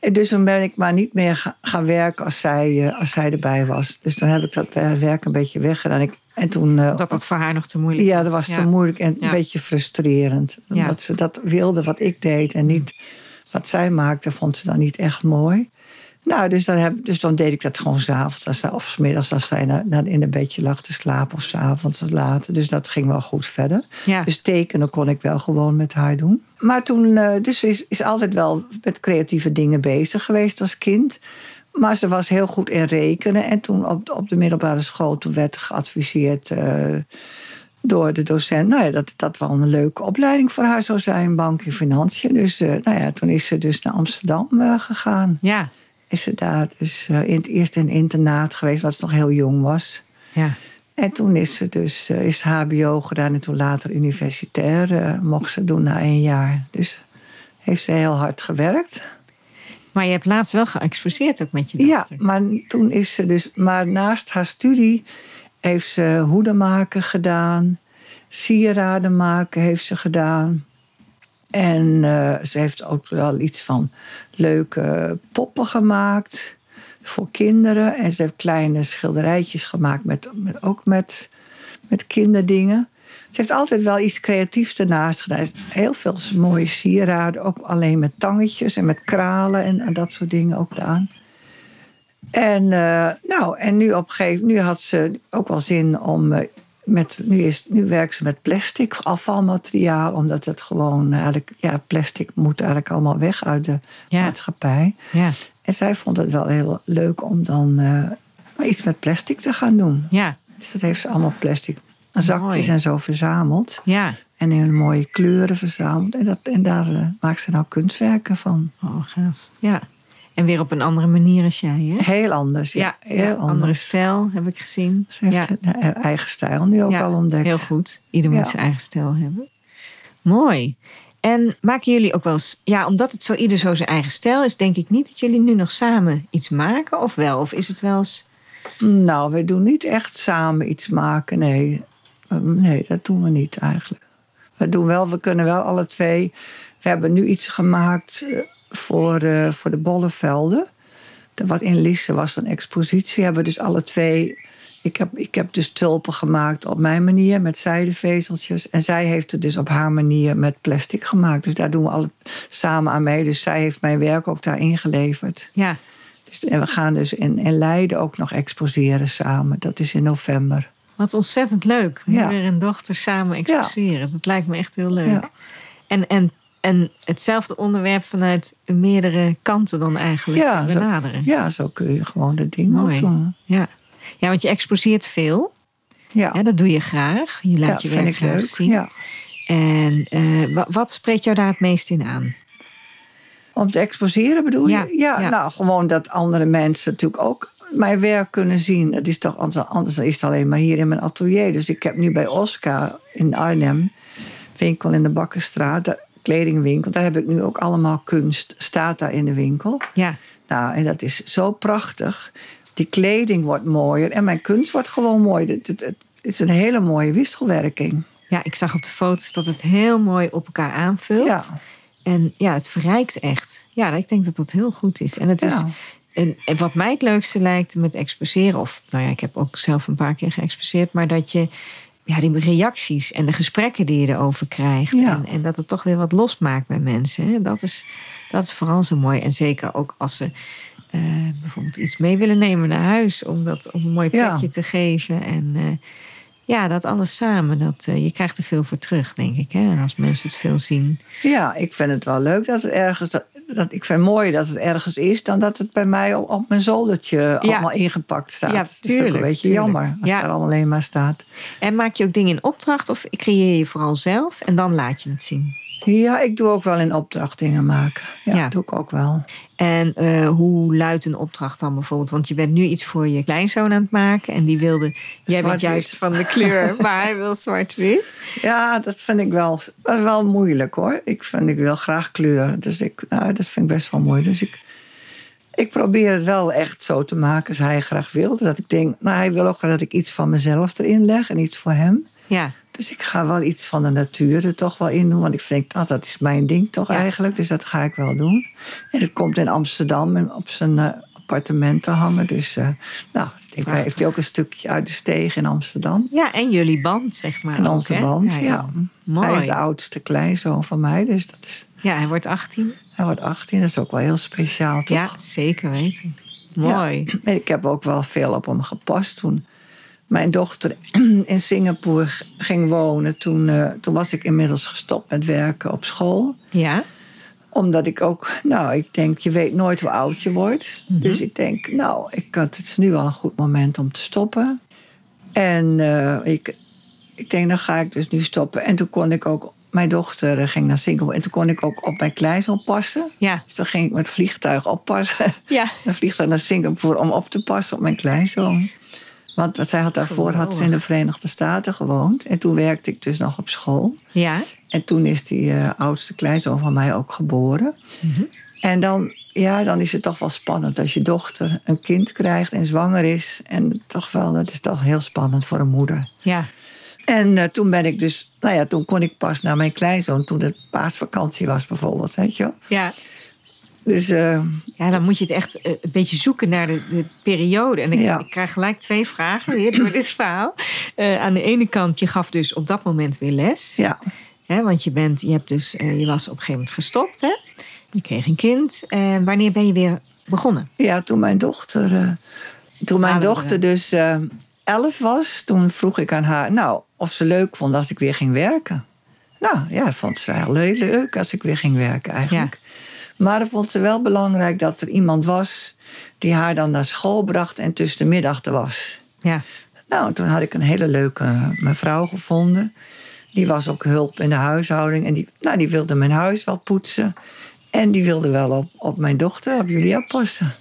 A: En Dus toen ben ik maar niet meer ga- gaan werken als zij, eh, als zij erbij was. Dus toen heb ik dat eh, werk een beetje weggedaan. Ik, en toen, eh,
C: Dat dat voor haar nog te moeilijk
A: ja, dat was te moeilijk en
C: Ja.
A: een beetje frustrerend.
C: Ja. Mm.
A: Omdat ze dat wilde wat ik deed en niet wat zij maakte, vond ze dan niet echt mooi. Nou, dus dan, heb, dus dan deed ik dat gewoon s'avonds als zij- of 's middags als zij na, na- in een bedje lag te slapen of s'avonds later. Dus dat ging wel goed verder.
C: Ja.
A: Dus tekenen kon ik wel gewoon met haar doen. Maar toen, eh, dus ze is, is altijd wel met creatieve dingen bezig geweest als kind. Maar ze was heel goed in rekenen. En toen op, de- op de middelbare school, toen werd geadviseerd eh, door de docent... Nou ja, dat dat wel een leuke opleiding voor haar zou zijn, bank en financiën. Dus eh, nou ja, toen is ze dus naar Amsterdam eh, gegaan.
C: Ja,
A: Is ze daar dus eh, in, eerst in internaat geweest, wat ze nog heel jong was.
C: ja.
A: En toen is ze dus eh, is HBO gedaan en toen later universitair eh, mocht ze doen na één jaar. Dus heeft ze heel hard gewerkt.
C: Maar je hebt laatst wel geëxposeerd ook met je
A: Ja,
C: dochter.
A: maar toen is ze dus. Maar naast haar studie heeft ze hoedenmaken gedaan, sieraden maken heeft ze gedaan. En eh, ze heeft ook wel iets van leuke poppen gemaakt voor kinderen. En ze heeft kleine schilderijtjes gemaakt, met, met, ook met, met kinderdingen. Ze heeft altijd wel iets creatiefs ernaast gedaan. Ze heeft Heel veel mooie sieraden, ook alleen met tangetjes en met kralen en, en dat soort dingen ook aan. En, eh, nou, en nu, op een gegeven, nu had ze ook wel zin om. eh, met, nu, is, nu werkt ze met plastic afvalmateriaal, omdat het gewoon eigenlijk. Ja, plastic moet eigenlijk allemaal weg uit de
C: Ja.
A: maatschappij.
C: Ja,
A: En zij vond het wel heel leuk om dan eh, iets met plastic te gaan doen.
C: ja,
A: Dus dat heeft ze allemaal plastic zakjes
C: Mooi.
A: en zo verzameld.
C: ja.
A: En in mooie kleuren verzameld. En, dat, en daar eh, maakt ze nou kunstwerken van.
C: Oh, gaaf. Ja. En weer op een andere manier als jij, hè?
A: Heel anders. Ja,
C: Ja,
A: heel
C: ja, andere
A: anders.
C: stijl heb ik gezien.
A: Ze heeft
C: ja,
A: haar eigen stijl nu ook
C: ja,
A: al ontdekt.
C: Heel goed. Ieder
A: Ja.
C: moet zijn eigen stijl hebben. Mooi. En maken jullie ook wel eens... Ja, omdat het zo ieder zo zijn eigen stijl is... denk ik niet dat jullie nu nog samen iets maken, of wel? Of is het wel eens...
A: Nou, we doen niet echt samen iets maken. Nee, Um, nee dat doen we niet eigenlijk. We doen wel, we kunnen wel alle twee. We hebben nu iets gemaakt eh, voor, eh, voor de Bollevelden. Er was in Lisse was een expositie. Hebben we dus alle twee. Ik heb, ik heb dus tulpen gemaakt op mijn manier met zijdevezeltjes. En zij heeft het dus op haar manier met plastic gemaakt. Dus daar doen we alle samen aan mee. Dus zij heeft mijn werk ook daarin geleverd.
C: Ja,
A: Dus, en we gaan dus in, in Leiden ook nog exposeren samen. Dat is in november.
C: wat ontzettend leuk.
A: Ja.
C: Moeder en dochter samen exposeren. Dat lijkt me echt heel leuk.
A: Ja.
C: En, en, en hetzelfde onderwerp vanuit meerdere kanten dan eigenlijk
A: Ja zo,
C: benaderen.
A: ja, zo kun je gewoon de dingen ook
C: Mooi.
A: doen.
C: Ja. ja, want je exposeert veel.
A: Ja,
C: Hè, dat doe je graag. Je laat
A: ja
C: je werk graag zien.
A: Ja.
C: En eh, wa- wat spreekt jou daar het meest in aan?
A: Om te exposeren bedoel
C: Ja,
A: je? Ja,
C: ja.
A: nou gewoon dat andere mensen natuurlijk ook mijn werk kunnen zien. Het is toch anders, anders is het alleen maar hier in mijn atelier. Dus ik heb nu bij Oscar in Arnhem, winkel in de Bakkenstraat, de kledingwinkel. Daar heb ik nu ook allemaal kunst, staat daar in de winkel.
C: Ja,
A: Nou, en dat is zo prachtig. Die kleding wordt mooier en mijn kunst wordt gewoon mooi. Het, het, het, het is een hele mooie wisselwerking.
C: Ja, ik zag op de foto's dat het heel mooi op elkaar aanvult.
A: Ja.
C: En ja, het verrijkt echt. Ja, ik denk dat dat heel goed is. En het is.
A: Ja.
C: En en wat mij het leukste lijkt met exposeren, of nou ja, ik heb ook zelf een paar keer geëxposeerd, maar dat je ja, die reacties en de gesprekken die je erover krijgt,
A: Ja.
C: en, en dat het toch weer wat losmaakt bij mensen, hè, dat, is, dat is vooral zo mooi. En zeker ook als ze eh, bijvoorbeeld iets mee willen nemen naar huis, om dat op een mooi
A: Ja.
C: plekje te geven. En eh, ja, dat alles samen, dat, eh, je krijgt er veel voor terug, denk ik. Hè? En als mensen het veel zien.
A: Ja, ik vind het wel leuk dat het ergens. Dat, dat- ik vind het mooier dat het ergens is dan dat het bij mij op, op mijn zoldertje allemaal ingepakt staat.
C: Ja,
A: Het is natuurlijk
C: tuurlijk,
A: een beetje
C: tuurlijk.
A: jammer als
C: Ja.
A: het daar allemaal alleen maar staat.
C: En maak je ook dingen in opdracht of creëer je vooral zelf en dan laat je het zien?
A: Ja, ik doe ook wel in opdracht dingen maken. Ja,
C: Ja.
A: doe ik ook wel.
C: En eh, hoe luidt een opdracht dan bijvoorbeeld? Want je bent nu iets voor je kleinzoon aan het maken en die wilde. Jij bent
A: Zwart-wit.
C: juist van de kleur, maar hij wil zwart-wit.
A: Ja, dat vind ik wel, dat is wel moeilijk hoor. Ik, vind, ik wil graag kleur. Dus ik, nou, dat vind ik best wel mooi. Dus ik, ik probeer het wel echt zo te maken als hij graag wil. Dat ik denk, nou, hij wil ook graag dat ik iets van mezelf erin leg en iets voor hem.
C: Ja,
A: Dus ik ga wel iets van de natuur er toch wel in doen. Want ik vind, ah, dat is mijn ding toch
C: Ja.
A: eigenlijk. Dus dat ga ik wel doen. En het komt in Amsterdam en op zijn eh, appartement te hangen. Dus eh, nou, ik denk,
C: Prachtig.
A: heeft hij ook een stukje uit de steeg in Amsterdam.
C: ja en jullie band, zeg maar.
A: En
C: ook,
A: onze
C: hè?
A: band, ja.
C: Mooi.
A: Hij is de oudste kleinzoon van mij. Dus dat is,
C: Ja, hij wordt 18.
A: hij wordt 18. Dat is ook wel heel speciaal toch?
C: Ja, zeker weten.
A: Ja.
C: Mooi.
A: En Ik heb ook wel veel op hem gepast toen. Mijn dochter in Singapore g- ging wonen. Toen, eh, toen was ik inmiddels gestopt met werken op school.
C: Ja,
A: Omdat ik ook, nou, ik denk, je weet nooit hoe oud je wordt.
C: Mhm.
A: Dus ik denk, nou, ik, had- het is nu al een goed moment om te stoppen. En eh, ik, ik denk, dan ga ik dus nu stoppen. En toen kon ik ook, mijn dochter eh, ging naar Singapore. En toen kon ik ook op mijn kleinzoon passen.
C: ja,
A: Dus dan ging ik met vliegtuig oppassen.
C: ja.
A: Een vliegtuig naar Singapore om op te passen op mijn kleinzoon. Want wat zij had daarvoor had ze in de Verenigde Staten gewoond. En toen werkte ik dus nog op school.
C: Ja,
A: En toen is die eh, oudste kleinzoon van mij ook geboren. En dan, ja, dan is het toch wel spannend als je dochter een kind krijgt en zwanger is. En toch wel, dat is toch heel spannend voor een moeder.
C: ja.
A: En eh, toen ben ik dus, nou ja, toen kon ik pas naar mijn kleinzoon toen het paasvakantie was bijvoorbeeld, weet je wel.
C: ja.
A: Dus eh,
C: Ja, dan moet je het echt eh, een beetje zoeken naar de, de periode. En ik,
A: Ja.
C: ik krijg gelijk twee vragen weer door dit verhaal. Eh, aan de ene kant, je gaf dus op dat moment weer les.
A: ja,
C: Hè, want je, bent, je, hebt dus, eh, je was op een gegeven moment gestopt. Hè? Je kreeg een kind. En wanneer ben je weer begonnen?
A: ja, toen mijn dochter, eh, toen mijn
C: Ademde.
A: dochter dus eh, elf was, toen vroeg ik aan haar, nou, of ze leuk vond als ik weer ging werken. Nou ja, dat vond ze wel heel leuk als ik weer ging werken eigenlijk. Maar dan vond ze wel belangrijk dat er iemand was die haar dan naar school bracht en tussen de middag er was.
C: Ja,
A: Nou, toen had ik een hele leuke mevrouw gevonden. Die was ook hulp in de huishouding. En die, nou, die wilde mijn huis wel poetsen. En die wilde wel op, op mijn dochter, op Julia, passen.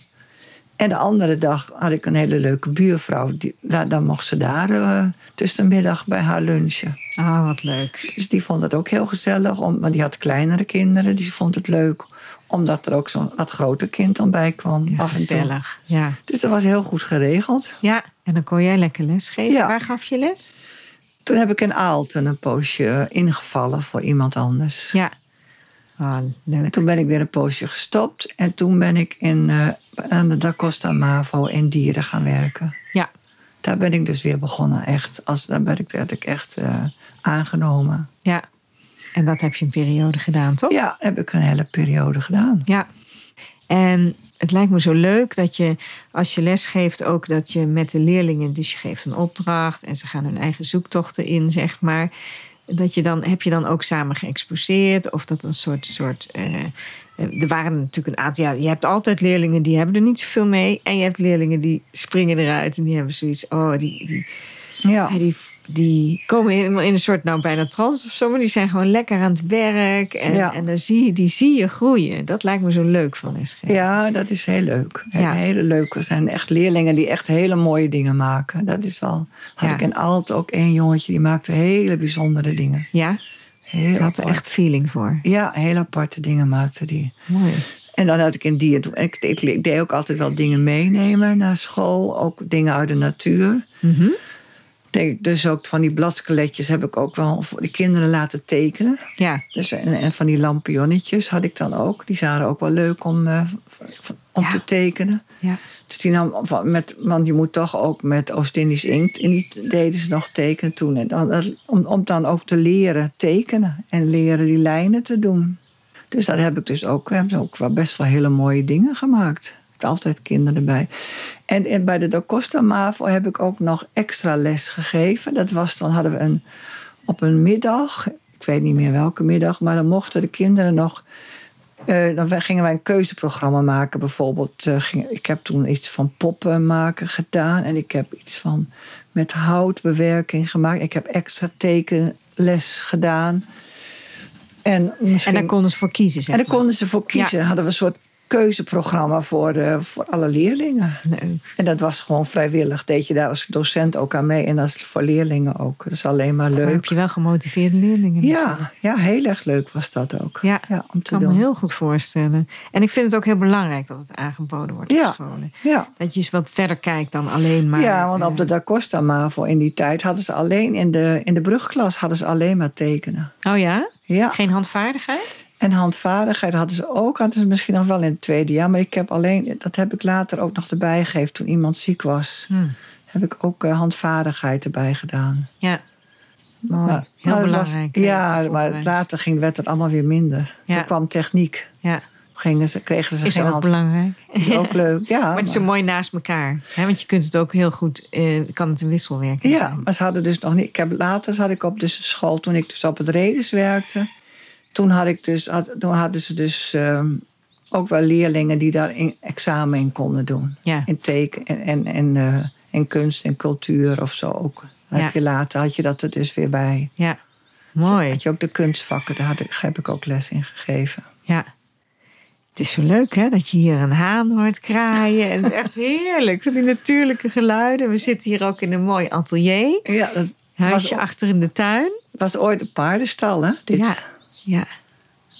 A: En de andere dag had ik een hele leuke buurvrouw. Die, daar, dan mocht ze daar eh, tussen de middag bij haar lunchen.
C: oh, wat leuk.
A: Dus die vond het ook heel gezellig. Om, want die had kleinere kinderen. Dus Die vond het leuk omdat er ook zo'n wat groter kind dan bij kwam.
C: Ja,
A: af en toe.
C: gezellig. Ja.
A: Dus dat was heel goed geregeld.
C: ja, en dan kon jij lekker les geven.
A: Ja.
C: Waar gaf je les?
A: Toen heb ik in Aalten een poosje eh, ingevallen voor iemand anders.
C: Ja. Oh,
A: En
C: leuk.
A: toen ben ik weer een poosje gestopt. En toen ben ik in, eh, aan de Da Costa Mavo in Dieren gaan werken.
C: Ja,
A: Daar ben ik dus weer begonnen. Echt, als, daar ben ik, werd ik echt eh, aangenomen.
C: ja. En dat heb je een periode gedaan, toch?
A: Ja, heb ik een hele periode gedaan.
C: Ja. En het lijkt me zo leuk dat je als je les geeft ook dat je met de leerlingen, dus je geeft een opdracht en ze gaan hun eigen zoektochten in, zeg maar. Dat je dan, heb je dan ook samen geëxposeerd? Of dat een soort. soort eh, eh, er waren natuurlijk een aantal. Ja, je hebt altijd leerlingen die hebben er niet zoveel mee. En je hebt leerlingen die springen eruit en die hebben zoiets. Oh, die, die,
A: Ja,
C: ja, die, die komen helemaal in een soort nou bijna trance of zo, maar die zijn gewoon lekker aan het werk. En,
A: Ja.
C: en dan zie je, die zie je groeien. Dat lijkt me zo leuk van lesgeven.
A: ja dat is heel leuk.
C: Ja.
A: Hele leuk. Er zijn echt leerlingen die echt hele mooie dingen maken. Dat is wel. Had
C: Ja.
A: ik in Aalten ook één jongetje die maakte hele bijzondere dingen.
C: Ja,
A: Heel
C: je had er
A: apart.
C: echt feeling voor.
A: Ja, hele aparte dingen maakte die.
C: Mooi.
A: En dan had ik in die. en Ik, ik, ik deed ook altijd wel dingen meenemen naar school, ook dingen uit de natuur.
C: Mhm.
A: denk ik dus ook van die bladkeletjes heb ik ook wel voor de kinderen laten tekenen.
C: Ja,
A: Dus, en, en van die lampionnetjes had ik dan ook. Die zagen ook wel leuk om, eh, van- om
C: Ja.
A: te tekenen.
C: ja.
A: Dus die nam van- met, want je moet toch ook met Oost-Indisch inkt. En die deden ze nog tekenen toen. En dan, om, om dan ook te leren tekenen. En leren die lijnen te doen. Dus dat heb ik dus ook. We hebben ook wel best wel hele mooie dingen gemaakt. Ik heb altijd kinderen erbij. En, en bij de Da Costa MAVO heb ik ook nog extra les gegeven. Dat was dan, hadden we een, op een middag. Ik weet niet meer welke middag. Maar dan mochten de kinderen nog eh, dan gingen wij een keuzeprogramma maken. Bijvoorbeeld, eh, ging- ik heb toen iets van poppen maken gedaan. En ik heb iets van met houtbewerking gemaakt. Ik heb extra tekenles gedaan. En,
C: En
A: misschien,
C: daar konden ze voor kiezen, zeg
A: en daar
C: maar.
A: konden ze voor kiezen. Hadden we een soort keuzeprogramma voor, eh, voor alle leerlingen.
C: Leuk.
A: En dat was gewoon vrijwillig. Deed je daar als docent ook aan mee. En als voor leerlingen ook. Dat is alleen maar
C: Dan heb
A: leuk.
C: je wel gemotiveerde leerlingen. natuurlijk.
A: Ja, ja, heel erg leuk was dat ook.
C: Ja,
A: om te
C: kan me
A: doen.
C: heel goed voorstellen. En ik vind het ook heel belangrijk dat het aangeboden wordt
A: Ja.
C: op scholen.
A: Ja.
C: Dat je eens wat verder kijkt dan alleen maar...
A: ja, want
C: eh,
A: op de Da Costa MAVO in die tijd hadden ze alleen in de, in de brugklas hadden ze alleen maar tekenen.
C: Oh ja?
A: Ja,
C: Geen handvaardigheid?
A: en handvaardigheid hadden ze ook. Hadden ze misschien nog wel in het tweede jaar. Maar ik heb alleen, dat heb ik later ook nog erbij gegeven toen iemand ziek was.
C: Hm.
A: Heb ik ook eh, handvaardigheid erbij gedaan.
C: Ja. Mooi.
A: Maar-
C: heel
A: maar het was-
C: belangrijk.
A: ja,
C: creatief
A: maar
C: onderwijs.
A: later ging, werd het allemaal weer minder.
C: Ja.
A: Toen kwam techniek.
C: Ja.
A: Gingen ze, kregen ze
C: Is
A: geen
C: ook
A: hand.
C: belangrijk.
A: Is ook leuk. Ja,
C: Maar het is
A: maar-
C: zo mooi naast elkaar. Hè? Want je kunt het ook heel goed, eh, kan het een wisselwerking
A: Ja,
C: zijn.
A: maar ze hadden dus nog niet. Ik heb, later zat ik op dus school toen ik dus op het Redes werkte. Toen, had ik dus, had- toen hadden ze dus ehm, ook wel leerlingen die daar in, examen in konden doen.
C: Ja.
A: In teken en, en, en, eh, en kunst en cultuur of zo ook. Dan
C: Ja.
A: Heb je later had je dat er dus weer bij.
C: Ja, mooi.
A: Had je ook de kunstvakken, daar had ik, heb ik ook les in gegeven.
C: Ja. Het is zo leuk hè, dat je hier een haan hoort kraaien. En het is echt heerlijk, die natuurlijke geluiden. We zitten hier ook in een mooi atelier.
A: Ja, dat was,
C: Huisje achter in de tuin.
A: was ooit een paardenstal, hè? Dit.
C: Ja, ja.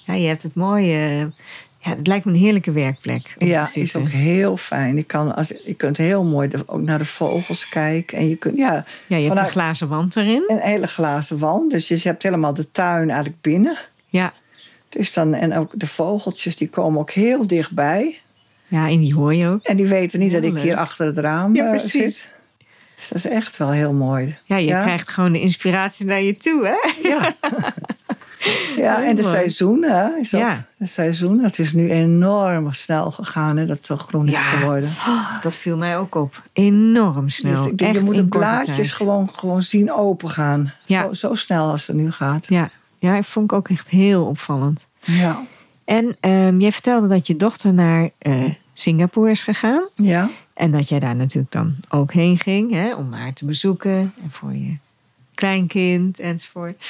C: ja, je hebt het mooie... Ja, het lijkt me een heerlijke werkplek. om te
A: Ja, is
C: zitten.
A: ook heel fijn. Je, kan als, je kunt heel mooi de- ook naar de vogels kijken. En je kunt, ja,
C: ja je hebt een
A: vanuit
C: glazen wand erin.
A: een hele glazen wand. Dus je hebt helemaal de tuin eigenlijk binnen.
C: Ja,
A: Dus dan, en ook de vogeltjes die komen ook heel dichtbij.
C: ja en die hoor je ook.
A: En die weten niet
C: Heel
A: dat ik
C: leuk.
A: hier achter het raam
C: Ja,
A: eh,
C: precies.
A: zit. Dus dat is echt wel heel mooi.
C: Ja, je
A: Ja.
C: krijgt gewoon de inspiratie naar je toe, hè?
A: Ja, ja
C: Heel
A: en de
C: mooi.
A: seizoenen. hè, Is ook,
C: Ja.
A: De seizoenen. Het is nu enorm snel gegaan hè, dat het zo groen is
C: Ja.
A: geworden.
C: Oh, dat viel mij ook op. Enorm snel.
A: Dus ik denk,
C: Echt
A: je moet
C: in
A: de
C: korte tijd.
A: blaadjes gewoon, gewoon zien opengaan.
C: Ja.
A: Zo, zo snel als het nu gaat.
C: Ja, ja, dat vond ik ook echt heel opvallend.
A: Ja.
C: En ehm, jij vertelde dat je dochter naar eh, Singapore is gegaan.
A: Ja,
C: En dat jij daar natuurlijk dan ook heen ging hè, om haar te bezoeken. En voor je kleinkind enzovoort.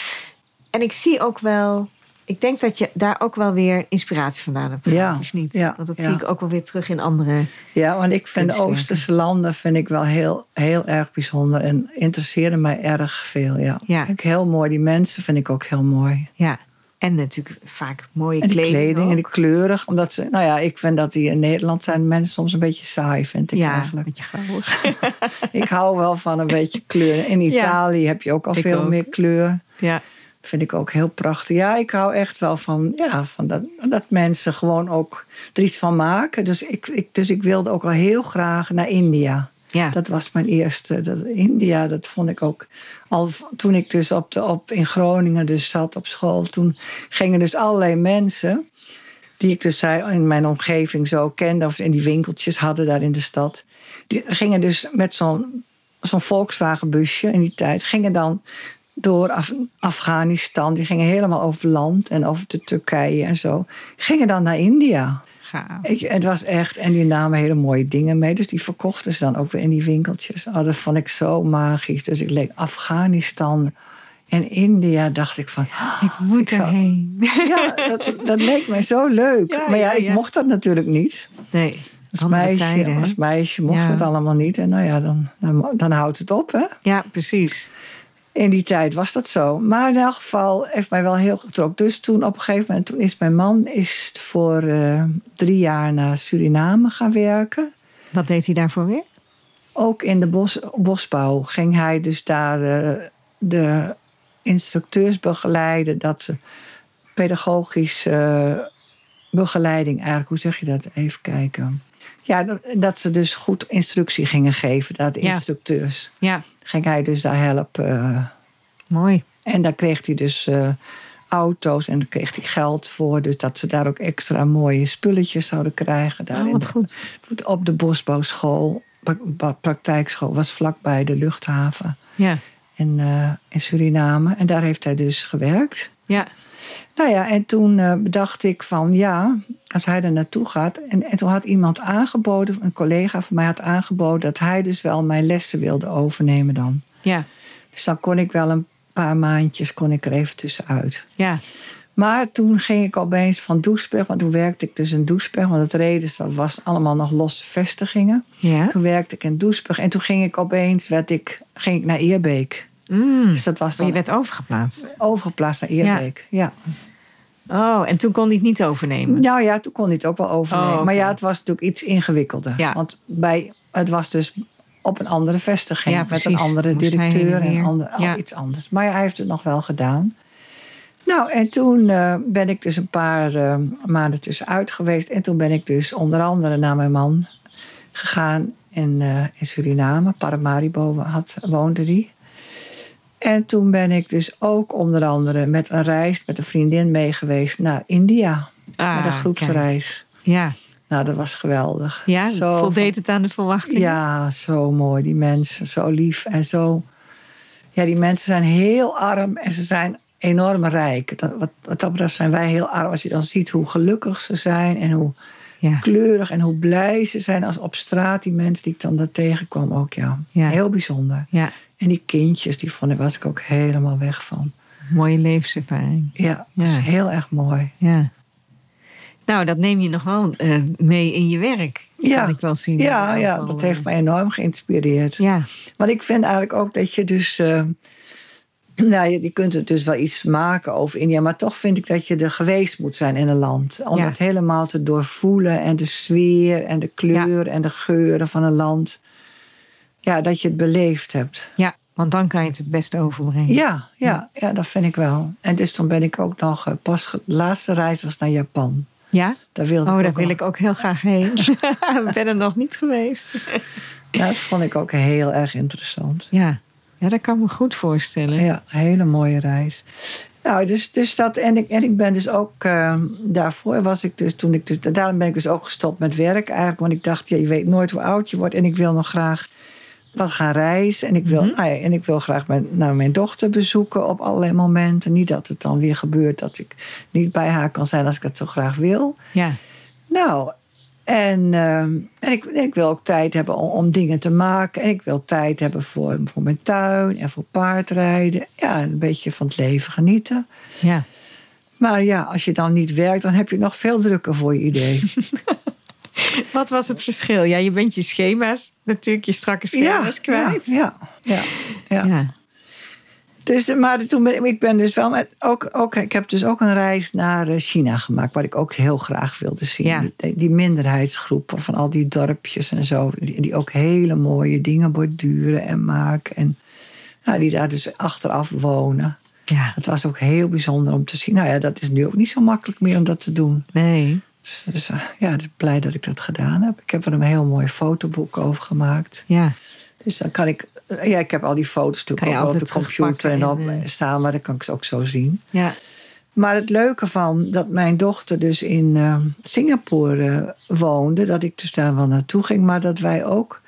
C: En ik zie ook wel, ik denk dat je daar ook wel weer inspiratie vandaan hebt
A: Ja,
C: gehad, of niet?
A: ja,
C: Want dat
A: ja.
C: zie ik ook wel weer terug in andere...
A: ja want ik vind de
C: Kunstwerken.
A: Oosterse landen vind ik wel heel, heel erg bijzonder. En interesseerde mij erg veel. Ja.
C: Ja.
A: Vind Ik heel mooi. Die mensen vind ik ook heel mooi.
C: Ja, en natuurlijk vaak mooie
A: En de
C: kleding,
A: kleding, en de
C: ook.
A: kleurig. Omdat ze, nou ja, ik vind dat die in Nederland zijn mensen soms een beetje saai, vind ik
C: ja,
A: eigenlijk.
C: een beetje gauwig.
A: Ik hou wel van een beetje kleur. In Italië heb je ook al
C: Ik
A: veel
C: ook.
A: meer kleur.
C: ja.
A: Vind ik ook heel prachtig. Ja, ik hou echt wel van, ja, van dat, dat mensen gewoon ook er iets van maken. Dus ik, ik, dus ik wilde ook al heel graag naar India.
C: Ja.
A: Dat was mijn eerste. Dat, India, dat vond ik ook. Al v- toen ik dus op de, op, in Groningen dus zat op school, toen gingen dus allerlei mensen. Die ik dus zei, in mijn omgeving zo kende, of in die winkeltjes hadden daar in de stad. Die gingen dus met zo'n zo'n Volkswagen busje in die tijd, gingen dan door Af- Afghanistan. Die gingen helemaal over land en over de Turkije en zo. Gingen dan naar India.
C: gaaf.
A: Ik, het was echt, en die namen hele mooie dingen mee. Dus die verkochten ze dan ook weer in die winkeltjes. Oh, dat vond ik zo magisch. Dus ik leek Afghanistan en India, dacht ik van...
C: Ik moet
A: zou-
C: erheen.
A: Ja, dat, dat leek mij zo leuk.
C: Ja,
A: maar ja,
C: ja,
A: ik
C: ja.
A: mocht dat natuurlijk niet.
C: Nee,
A: Als
C: andere
A: meisje,
C: tijden. hè?
A: als meisje mocht
C: Ja.
A: dat allemaal niet. En nou ja, dan, dan, dan houdt het op, hè.
C: Ja, precies.
A: In die tijd was dat zo. Maar in elk geval heeft mij wel heel getrokken. Dus toen op een gegeven moment, toen is mijn man is voor eh, drie jaar naar Suriname gaan werken.
C: Wat deed hij daarvoor weer?
A: Ook in de bos, bosbouw ging hij dus daar eh, de instructeurs begeleiden. Dat ze pedagogisch eh, begeleiding eigenlijk, hoe zeg je dat? Even kijken. Ja, dat, dat ze dus goed instructie gingen geven aan de
C: Ja.
A: instructeurs.
C: Ja,
A: Ging hij dus daar helpen. eh,
C: mooi.
A: en daar kreeg hij dus eh, auto's en daar kreeg hij geld voor. Dus dat ze daar ook extra mooie spulletjes zouden krijgen. Daar
C: Oh,
A: in
C: wat
A: de-
C: goed.
A: op de bosbouwschool, pra- pra- praktijkschool, was vlakbij de luchthaven
C: Ja,
A: in, eh, in Suriname. En daar heeft hij dus gewerkt.
C: ja.
A: Nou ja, en toen eh, bedacht ik van ja, als hij er naartoe gaat. En, en toen had iemand aangeboden, een collega van mij had aangeboden dat hij dus wel mijn lessen wilde overnemen dan.
C: Ja,
A: Dus dan kon ik wel een paar maandjes kon ik er even tussenuit.
C: ja,
A: Maar toen ging ik opeens van Doesburg, want toen werkte ik dus in Doesburg, want het reden is, dat was allemaal nog losse vestigingen.
C: ja.
A: Toen werkte ik in Doesburg en toen ging ik opeens werd ik, ging ik naar Eerbeek.
C: Mm.
A: Dus dat was
C: Maar je
A: dan
C: werd overgeplaatst.
A: overgeplaatst naar Eerbeek. Ja.
C: Oh, en toen kon hij het niet overnemen.
A: Nou ja, toen kon hij het ook wel overnemen.
C: Oh, oké.
A: Maar ja, het was natuurlijk iets ingewikkelder.
C: Ja.
A: Want bij, het was dus op een andere vestiging.
C: Ja,
A: met een
C: precies.
A: andere
C: Moest hij heen
A: directeur
C: en
A: en
C: weer.
A: ander,
C: Ja.
A: al iets anders. Maar ja, hij heeft het nog wel gedaan. Nou, en toen eh, ben ik dus een paar eh, maanden tussenuit geweest. En toen ben ik dus onder andere naar mijn man gegaan in, eh, in Suriname. Paramaribo had, woonde die. En toen ben ik dus ook onder andere met een reis met een vriendin mee geweest naar India.
C: Ah,
A: met een
C: kijk.
A: groepsreis.
C: Ja,
A: Nou, dat was geweldig.
C: ja
A: Zo-
C: voldeed het aan de verwachting.
A: Ja, zo mooi. Die mensen, zo lief en zo... Ja, die mensen zijn heel arm en ze zijn enorm rijk. Dat, wat, wat dat betreft zijn wij heel arm. Als je dan ziet hoe gelukkig ze zijn en hoe
C: ja.
A: kleurig en hoe blij ze zijn als op straat. Die mensen die ik dan daar tegenkwam ook, ja.
C: Ja.
A: Heel bijzonder.
C: ja.
A: En die kindjes, die vond, daar was ik ook helemaal weg van.
C: mooie levenservaring.
A: Ja,
C: Ja.
A: dat is heel erg mooi.
C: Ja. Nou, dat neem je nog wel eh, mee in je werk.
A: Ja.
C: Kan ik wel zien.
A: Ja,
C: Een
A: ja,
C: aantal,
A: dat
C: eh,
A: heeft mij enorm geïnspireerd.
C: Ja,
A: Maar ik vind eigenlijk ook dat je dus... eh, nou, je, je kunt er dus wel iets maken over India. Maar toch vind ik dat je er geweest moet zijn in een land. Om
C: Ja.
A: dat helemaal te doorvoelen. En de sfeer en de kleur en de geuren van een land. Ja, dat je het beleefd hebt.
C: ja, want dan kan je het het beste overbrengen.
A: Ja, ja, ja, dat vind ik wel. En dus toen ben ik ook nog... eh, Pas ge- de laatste reis was naar Japan.
C: Ja?
A: Daar wilde
C: Oh,
A: ik
C: daar
A: ook
C: wil
A: nog-
C: ik ook heel graag heen. Ik ben er nog niet geweest.
A: Ja, dat vond ik ook heel erg interessant.
C: Ja, ja dat kan ik me goed voorstellen.
A: Ja, een hele mooie reis. Nou, dus, dus dat, en ik, en ik ben dus ook, eh, daarvoor was ik dus, toen ik dus, daarom ben ik dus ook gestopt met werk eigenlijk, want ik dacht, ja, je weet nooit hoe oud je wordt en ik wil nog graag wat gaan reizen en ik wil,
C: Mhm.
A: nou ja, en ik wil graag mijn, nou, mijn dochter bezoeken op allerlei momenten. Niet dat het dan weer gebeurt dat ik niet bij haar kan zijn als ik het zo graag wil.
C: Ja,
A: Nou, en, ehm, en ik, en ik wil ook tijd hebben om, om dingen te maken. En ik wil tijd hebben voor, voor mijn tuin en voor paardrijden. Ja, een beetje van het leven genieten.
C: ja.
A: Maar ja, als je dan niet werkt, dan heb je het nog veel drukker voor je idee.
C: Wat was het verschil? Ja, je bent je schema's, natuurlijk je strakke schema's kwijt.
A: Ja, ja, ja, ja.
C: ja.
A: Dus, de- maar toen ben ik, ik ben dus wel met, ook, ook, ik heb dus ook een reis naar eh, China gemaakt, wat ik ook heel graag wilde zien.
C: Ja.
A: Die, die minderheidsgroepen van al die dorpjes en zo, die, die ook hele mooie dingen borduren en maken. En nou, die daar dus achteraf wonen.
C: ja.
A: Het was ook heel bijzonder om te zien. Nou ja, dat is nu ook niet zo makkelijk meer om dat te doen.
C: Nee.
A: Dus, dus, eh, ja, dus blij dat ik dat gedaan heb. Ik heb er een heel mooi fotoboek over gemaakt.
C: Ja.
A: Dus dan kan ik, ja, ik heb al die foto's
C: Kan je
A: natuurlijk ook op de
C: altijd
A: computer en op
C: terugpakken en, eh,
A: staan, maar dat kan ik ze ook zo zien.
C: Ja.
A: Maar het leuke van dat mijn dochter dus in eh, Singapore eh, woonde, dat ik dus daar wel naartoe ging, maar dat wij ook,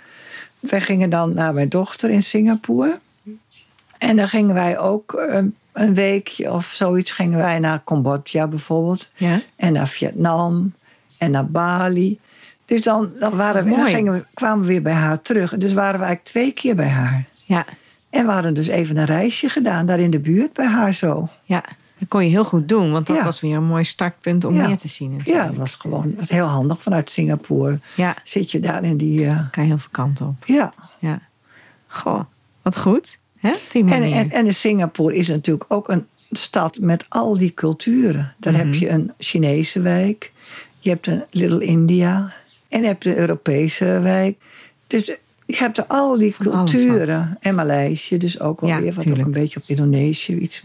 A: wij gingen dan naar mijn dochter in Singapore. En dan gingen wij ook eh, een weekje of zoiets, gingen wij naar Cambodja bijvoorbeeld.
C: Ja.
A: En naar Vietnam en naar Bali. Dus dan, dan, waren we, en dan
C: Oh, Mooi.
A: gingen we, kwamen we weer bij haar terug. Dus waren we eigenlijk twee keer bij haar.
C: Ja.
A: En we hadden dus even een reisje gedaan daar in de buurt bij haar zo.
C: Ja. Dat kon je heel goed doen, want dat
A: Ja.
C: was weer een mooi startpunt om
A: Ja.
C: meer te zien.
A: Ja,
C: natuurlijk.
A: dat was gewoon dat was heel handig vanuit Singapore.
C: Ja.
A: Zit je daar in die... eh,
C: Kan je heel veel kanten op.
A: ja.
C: Ja. Goh, wat goed. Hè? Op die
A: En,
C: manier.
A: en, en in Singapore is natuurlijk ook een stad met al die culturen. Daar heb
C: Mhm.
A: je een Chinese wijk, je hebt een Little India en je hebt een Europese wijk. Dus je hebt er al die
C: Van alles
A: culturen. En Maleisië dus ook wel
C: Ja,
A: weer. Wat
C: tuurlijk.
A: ook een beetje op Indonesië iets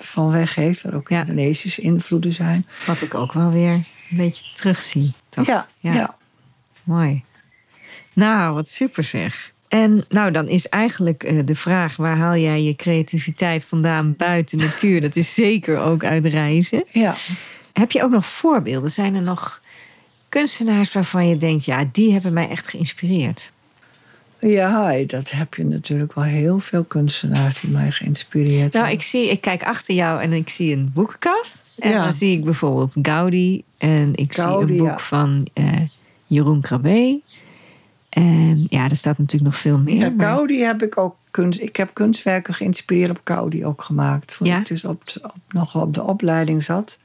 A: van weg heeft. Waar ook
C: Ja.
A: Indonesische invloeden zijn.
C: Wat ik ook wel weer een beetje terugzie. Toch?
A: Ja, ja.
C: Mooi. Nou, wat super zeg. En nou, dan is eigenlijk eh, de vraag: waar haal jij je creativiteit vandaan buiten natuur? Dat is zeker ook uit reizen.
A: ja.
C: Heb je ook nog voorbeelden? Zijn er nog kunstenaars waarvan je denkt: ja, die hebben mij echt geïnspireerd?
A: Ja, dat heb je natuurlijk wel heel veel kunstenaars die mij geïnspireerd
C: Nou,
A: hebben.
C: ik, zie, ik kijk achter jou en ik zie een boekenkast. En
A: Ja.
C: dan zie ik bijvoorbeeld Gaudi. En ik
A: Gaudi,
C: zie een boek
A: ja.
C: van eh, Jeroen Krabbe. En ja, er staat natuurlijk nog veel meer.
A: ja,
C: maar-
A: Gaudi heb ik ook kunst, ik heb kunstwerken geïnspireerd op Gaudi ook gemaakt. Toen
C: Ja?
A: ik dus op, het- op, nog op de opleiding zat.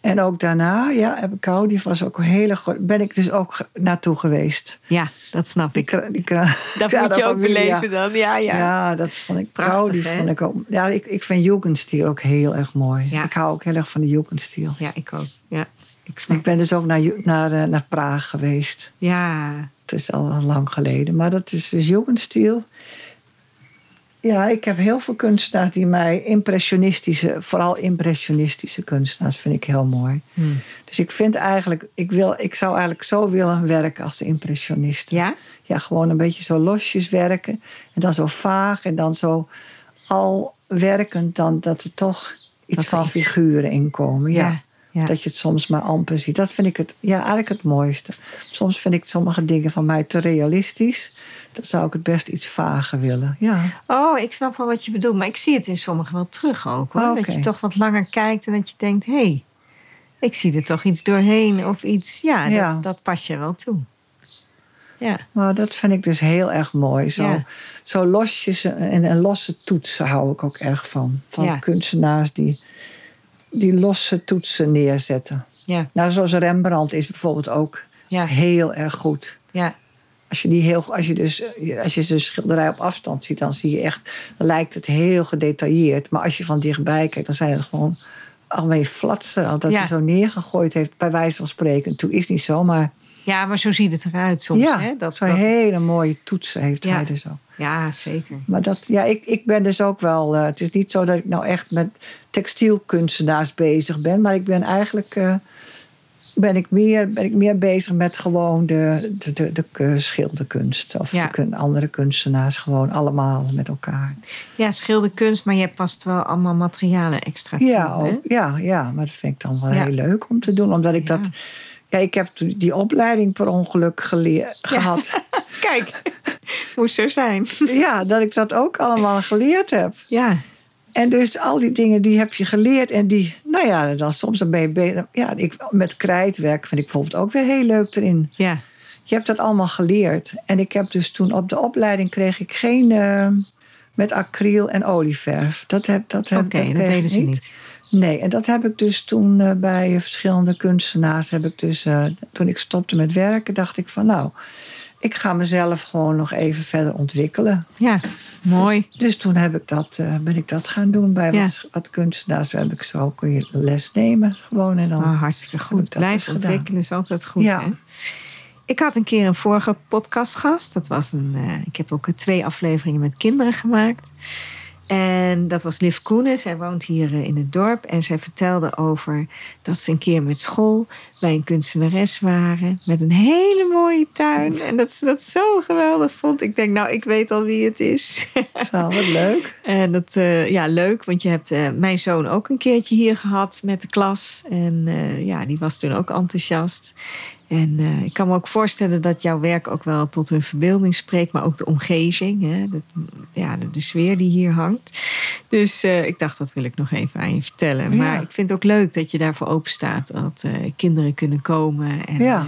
A: En ook daarna, ja, heb ik Gaudi was ook een hele go- ben ik dus ook ge- naartoe geweest.
C: ja, dat snap
A: Die
C: ik.
A: kra- die kra-
C: Dat
A: ja,
C: moet je ook
A: familie, ja.
C: beleven dan. Ja, ja.
A: Ja. dat vond ik.
C: Prachtig,
A: Gaudi
C: hè?
A: vond ik ook. Ja, ik, ik vind Jugendstil ook heel erg mooi.
C: Ja.
A: Ik hou ook heel erg van de Jugendstil.
C: Ja, ik ook. Ja, ik snap.
A: Ik ben dus ook naar, Ju- naar, eh, naar Praag geweest.
C: Ja,
A: Het is al lang geleden, maar dat is dus Jugendstil. Ja, ik heb heel veel kunstenaars die mij impressionistische, vooral impressionistische kunstenaars vind ik heel mooi.
C: Hmm.
A: Dus ik vind eigenlijk, ik, wil, ik zou eigenlijk zo willen werken als de impressionist.
C: ja,
A: Ja, gewoon een beetje zo losjes werken en dan zo vaag en dan zo al werkend dan dat er toch iets
C: Dat er
A: van
C: iets-
A: figuren in komen. ja.
C: ja.
A: Dat je het soms maar amper ziet. Dat vind ik het, ja, eigenlijk het mooiste. Soms vind ik sommige dingen van mij te realistisch. Dan zou ik het best iets vager willen. Ja,
C: Oh, ik snap wel wat je bedoelt. Maar ik zie het in sommigen wel terug ook. Hoor.
A: Oh,
C: Dat je
A: oké.
C: toch wat langer kijkt en dat je denkt... hé, hey, ik zie er toch iets doorheen of iets. Ja,
A: Ja.
C: Dat, dat pas je wel toe. Ja,
A: maar dat vind ik dus heel erg mooi. Zo,
C: Ja.
A: zo losjes eh, en, en losse toetsen hou ik ook erg van. Van
C: Ja.
A: kunstenaars die, die losse toetsen neerzetten.
C: ja,
A: Nou, zoals Rembrandt is bijvoorbeeld ook
C: ja,
A: heel erg goed.
C: ja.
A: Als je, die heel, als, je dus, als je zijn schilderij op afstand ziet, dan zie je echt, dan lijkt het heel gedetailleerd. Maar als je van dichtbij kijkt, dan zijn het gewoon alweer flatsen. al Dat
C: Ja.
A: hij zo neergegooid heeft, bij wijze van spreken. Toen is niet zo, maar
C: Ja, maar zo ziet het eruit soms.
A: ja,
C: hè? Dat,
A: zo'n
C: dat-
A: hele mooie toetsen heeft
C: Ja.
A: hij dus ook.
C: ja, zeker.
A: Maar dat, ja, ik, ik ben dus ook wel, eh, het is niet zo dat ik nou echt met textielkunstenaars bezig ben. Maar ik ben eigenlijk, eh, ben ik meer, ben ik meer bezig met gewoon de, de, de, de k- schilderkunst. Of
C: Ja.
A: de kun- andere kunstenaars gewoon allemaal met elkaar.
C: Ja, schilderkunst, maar je past wel allemaal materialen extra toe.
A: Ja,
C: hè?
A: ook, ja, ja, maar dat vind ik dan wel
C: Ja.
A: heel leuk om te doen. Omdat ik
C: Ja.
A: dat, ja, ik heb toen die opleiding per ongeluk geleerd, gehad.
C: Kijk, moest zo zijn.
A: ja, dat ik dat ook allemaal geleerd heb.
C: Ja,
A: En dus al die dingen die heb je geleerd. En die, nou ja, dan soms dan ben je beter. Ja, ik, met krijtwerk vind ik bijvoorbeeld ook weer heel leuk erin.
C: ja.
A: Je hebt dat allemaal geleerd. En ik heb dus toen op de opleiding kreeg ik geen eh, met acryl en olieverf. Dat heb, dat heb
C: Oké,
A: dat
C: dat
A: kreeg ik
C: deden ze niet.
A: Nee, en dat heb ik dus toen eh, bij verschillende kunstenaars. Heb ik dus, eh, toen ik stopte met werken, dacht ik van nou, ik ga mezelf gewoon nog even verder ontwikkelen.
C: Ja, mooi.
A: Dus, dus toen heb ik dat, eh, ben ik dat gaan doen bij
C: Ja.
A: wat, wat kunstenaars. Heb ik zo kun je les nemen gewoon en dan.
C: Oh, hartstikke
A: heb
C: goed.
A: ik dat
C: Blijf
A: dus gedaan.
C: ontwikkelen is altijd goed.
A: Ja.
C: Hè? Ik had een keer een vorige podcastgast. Dat was een, eh, ik heb ook eh, twee afleveringen met kinderen gemaakt. En dat was Liv Koenen. Zij woont hier eh, in het dorp. En zij vertelde over dat ze een keer met school bij een kunstenares waren. Met een hele mooie tuin. En dat ze dat zo geweldig vond. Ik denk, nou, ik weet al wie het is.
A: Zo, wat leuk.
C: En dat, eh, ja, leuk, want je hebt eh, mijn zoon ook een keertje hier gehad met de klas. En eh, ja, die was toen ook enthousiast. En eh, ik kan me ook voorstellen dat jouw werk ook wel tot hun verbeelding spreekt, maar ook de omgeving, hè? De, ja, de, de sfeer die hier hangt. Dus eh, ik dacht, dat wil ik nog even aan je vertellen.
A: Ja.
C: Maar ik vind het ook leuk dat je daarvoor openstaat, dat eh, kinderen kunnen komen en
A: Ja.
C: eh,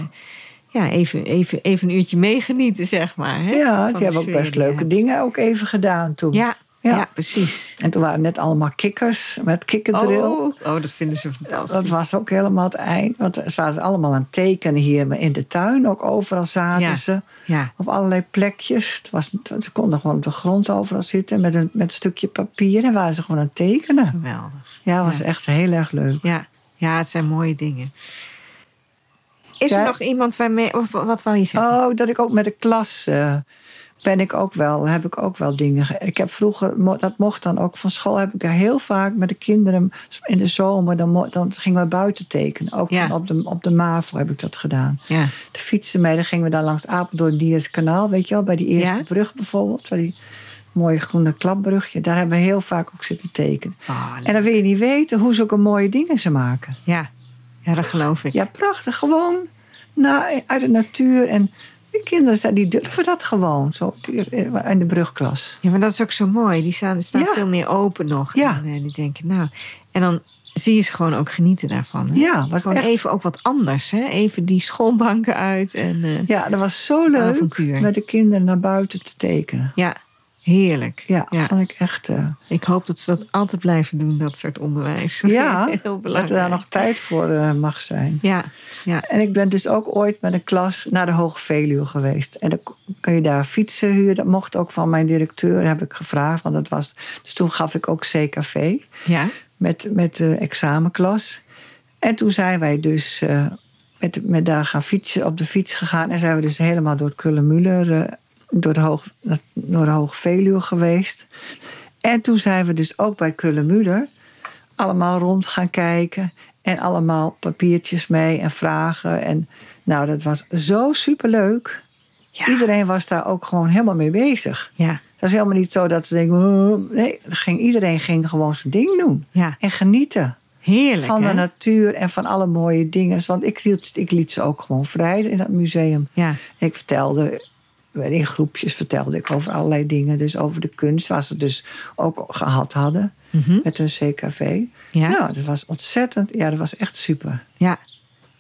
C: ja, even, even, even een uurtje meegenieten, zeg maar. Hè?
A: Ja,
C: de
A: die hebben ook
C: sfeer
A: best
C: die je
A: leuke
C: hebt.
A: dingen ook even gedaan toen.
C: Ja, ja.
A: Ja.
C: precies.
A: En toen waren net allemaal kikkers met kikkerdrill.
C: Oh, oh, dat vinden ze fantastisch.
A: Dat was ook helemaal het eind. Want ze waren allemaal aan het tekenen hier in de tuin. Ook overal zaten
C: Ja.
A: ze.
C: Ja,
A: Op allerlei plekjes. Het was, ze konden gewoon op de grond overal zitten. Met een, met een stukje papier. En waren ze gewoon aan het tekenen.
C: geweldig.
A: Ja, was
C: Ja.
A: echt heel erg leuk.
C: Ja. ja, het zijn mooie dingen. Is
A: Ja.
C: er nog iemand waarmee, of wat wil je zeggen?
A: Oh, dat ik ook met de klas. eh, ben ik ook wel, heb ik ook wel dingen. ge- Ik heb vroeger, mo- dat mocht dan ook van school, heb ik heel vaak met de kinderen in de zomer, dan, mo- dan gingen we buiten tekenen. Ook
C: Ja.
A: dan op, de, op de MAVO heb ik dat gedaan.
C: Ja.
A: De fietsen mee, dan gingen we daar langs het Apeldoorn Dierskanaal, weet je wel, bij die eerste
C: Ja.
A: brug bijvoorbeeld, bij die mooie groene klapbrugje. Daar hebben we heel vaak ook zitten tekenen.
C: Oh,
A: En dan wil je niet weten hoe zulke mooie dingen ze maken.
C: ja. ja, dat geloof ik.
A: Ja, prachtig. Gewoon na, uit de natuur. En die kinderen zijn- die durven dat gewoon. Zo eh, in de brugklas.
C: Ja, maar dat is ook zo mooi. Die staan, staan
A: Ja.
C: veel meer open nog.
A: Ja.
C: En eh, die denken, nou... En dan zie je ze gewoon ook genieten daarvan. Hè?
A: Ja, was
C: Gewoon
A: echt,
C: even ook wat anders. Hè? Even die schoolbanken uit. En, eh,
A: ja, dat was zo leuk.
C: Avontuur.
A: Met de kinderen naar buiten te tekenen.
C: ja, heerlijk.
A: Ja,
C: Ja.
A: vond ik echt. eh,
C: Ik hoop dat ze dat altijd blijven doen, dat soort onderwijs.
A: ja,
C: heel
A: dat
C: belangrijk.
A: er daar nog tijd voor eh, mag zijn.
C: Ja, ja.
A: En ik ben dus ook ooit met een klas naar de Hoge Veluwe geweest. En dan kun je daar fietsen huren. Dat mocht ook van mijn directeur, heb ik gevraagd. Want dat was, dus toen gaf ik ook CKV.
C: ja.
A: met, met de examenklas. En toen zijn wij dus eh, met, met daar gaan fietsen, op de fiets gegaan. En zijn we dus helemaal door het Kullemuller, eh, door, het Hoog, door de Hoge Veluwe geweest. En toen zijn we dus ook bij Krullenmuller allemaal rond gaan kijken. En allemaal papiertjes mee en vragen. En nou, dat was zo superleuk.
C: Ja.
A: Iedereen was daar ook gewoon helemaal mee bezig.
C: Ja,
A: Dat is helemaal niet zo dat ze denken... "Oh." Nee, dat ging, iedereen ging gewoon zijn ding doen.
C: ja.
A: En genieten
C: heerlijk.
A: van de
C: hè?
A: natuur en van alle mooie dingen. Want ik liet, ik liet ze ook gewoon vrij in dat museum.
C: Ja,
A: En ik vertelde, in groepjes vertelde ik over allerlei dingen. Dus over de kunst, waar ze het dus ook gehad hadden
C: Mhm.
A: met hun CKV.
C: ja.
A: Nou, dat was ontzettend, ja, dat was echt super.
C: ja.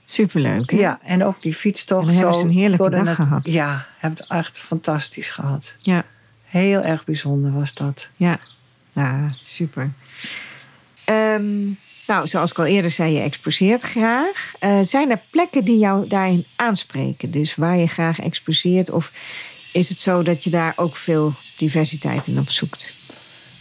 C: superleuk. hè?
A: Ja, en ook die fietstocht
C: En dan
A: zo.
C: hebben ze een
A: door
C: heerlijke
A: de
C: dag
A: natu-
C: gehad.
A: Ja, hebben het echt fantastisch gehad.
C: ja.
A: Heel erg bijzonder was dat.
C: Ja, ja super. Ehm, nou, zoals ik al eerder zei, je exposeert graag. Eh, zijn er plekken die jou daarin aanspreken? Dus waar je graag exposeert? Of is het zo dat je daar ook veel diversiteit in op zoekt?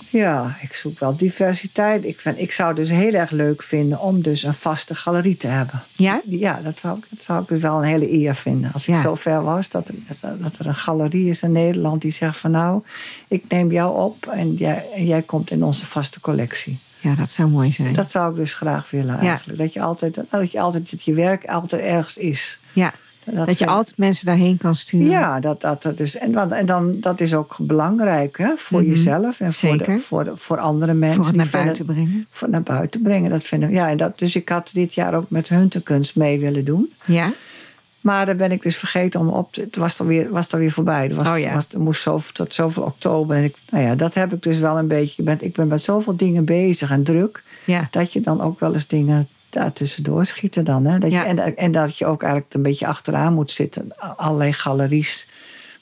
A: Ja, ik zoek wel diversiteit. Ik, vind, ik zou het dus heel erg leuk vinden om dus een vaste galerie te hebben.
C: Ja?
A: Ja, dat zou, ik- dat zou ik dus wel een hele eer vinden. Als
C: Ja.
A: ik zo ver was dat er, dat er een galerie is in Nederland die zegt van nou, ik neem jou op en jij, en jij komt in onze vaste collectie.
C: Ja, dat zou mooi zijn.
A: Dat zou ik dus graag willen eigenlijk. Dat je altijd, nou, dat je altijd, dat je werk altijd ergens is.
C: ja, dat, je
A: vind-
C: altijd mensen daarheen kan sturen.
A: ja, dat, dat, dat dus, en, want- en dan, dat is ook belangrijk hè, voor
C: Mhm.
A: jezelf en voor, de,
C: Zeker.
A: voor, de- voor andere mensen.
C: Voor het
A: Die
C: naar
A: vinden-
C: buiten brengen.
A: voor naar buiten brengen. Dat vinden we, ja, en dat, dus ik had dit jaar ook met Huntenkunst mee willen doen.
C: Ja?
A: Maar daar ben ik dus vergeten om op te... Het was dan weer, was dan weer voorbij. Het, was,
C: Oh ja.
A: was, het moest zo, tot zoveel oktober. En ik, nou ja, dat heb ik dus wel een beetje... Ik ben, ik ben met zoveel dingen bezig en druk...
C: Ja.
A: dat je dan ook wel eens dingen daartussendoor schieten dan. Hè? Dat je,
C: Ja.
A: en, en dat je ook eigenlijk een beetje achteraan moet zitten. Allerlei galeries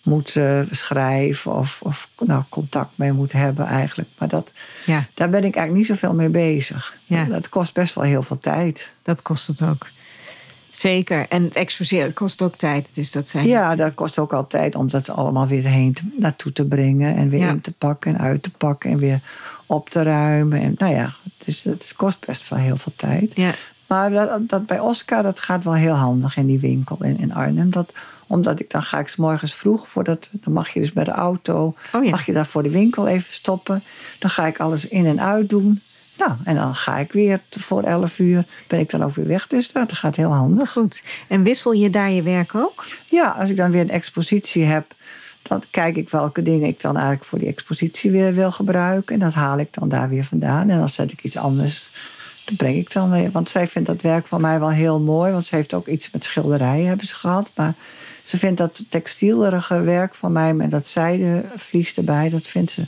A: moet eh, schrijven of, of nou, contact mee moet hebben eigenlijk. Maar dat,
C: ja,
A: daar ben ik eigenlijk niet zoveel mee bezig.
C: Ja.
A: Dat kost best wel heel veel tijd.
C: dat kost het ook. Zeker. En het exposeren kost ook tijd. Dus dat zijn
A: Ja, dat kost ook al tijd om dat allemaal weer heen te- naartoe te brengen. En weer
C: Ja.
A: in te pakken en uit te pakken en weer op te ruimen. En, nou ja, dus het kost best wel heel veel tijd.
C: Ja.
A: Maar dat, dat bij Oscar, dat gaat wel heel handig in die winkel in, in Arnhem. Dat, omdat ik, dan ga ik s morgens vroeg, voor dat, dan mag je dus bij de auto,
C: Oh ja.
A: mag je daar voor de winkel even stoppen. Dan ga ik alles in en uit doen. Nou, en dan ga ik weer t- voor 11 uur, ben ik dan ook weer weg. Dus dat gaat heel handig.
C: Goed. En wissel je daar je werk ook?
A: Ja, als ik dan weer een expositie heb, dan kijk ik welke dingen ik dan eigenlijk voor die expositie weer wil gebruiken. En dat haal ik dan daar weer vandaan. En dan zet ik iets anders. Dat breng ik dan weer. Want zij vindt dat werk van mij wel heel mooi. Want ze heeft ook iets met schilderijen hebben ze gehad. Maar ze vindt dat textielerige werk van mij met dat zijdevlies erbij, dat vindt ze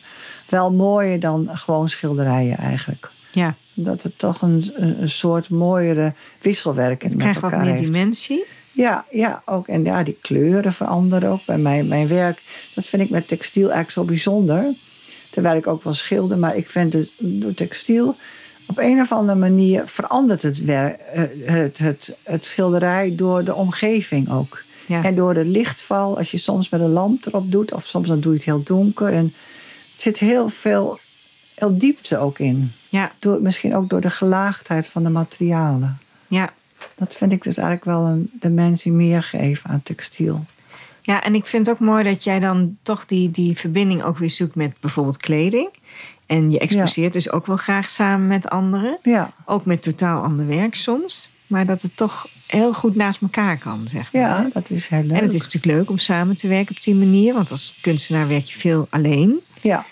A: wel mooier dan gewoon schilderijen eigenlijk.
C: Ja.
A: Omdat het toch een, een een soort mooiere wisselwerking
C: Het
A: met
C: krijgt
A: elkaar
C: wat meer
A: heeft.
C: dimensie.
A: Ja, ja, ook. En ja, die kleuren veranderen ook bij mijn, mijn werk. Dat vind ik met textiel eigenlijk zo bijzonder. Terwijl ik ook wel schilder, maar ik vind het door textiel. Op een of andere manier verandert het, wer- eh, het, het, het schilderij door de omgeving ook.
C: Ja.
A: En door de lichtval, als je soms met een lamp erop doet, of soms dan doe je het heel donker. En er zit heel veel heel diepte ook in.
C: Ja,
A: Door, misschien ook door de gelaagdheid van de materialen.
C: ja.
A: Dat vind ik dus eigenlijk wel een dimensie meer geven aan textiel.
C: Ja, en ik vind het ook mooi dat jij dan toch die, die verbinding ook weer zoekt met bijvoorbeeld kleding. En je exposeert dus ook wel graag samen met anderen.
A: Ja,
C: Ook met totaal ander werk soms. Maar dat het toch heel goed naast elkaar kan, zeg maar.
A: ja
C: hè?
A: dat is heel leuk.
C: En het is natuurlijk leuk om samen te werken op die manier. Want als kunstenaar werk je veel alleen.
A: ja.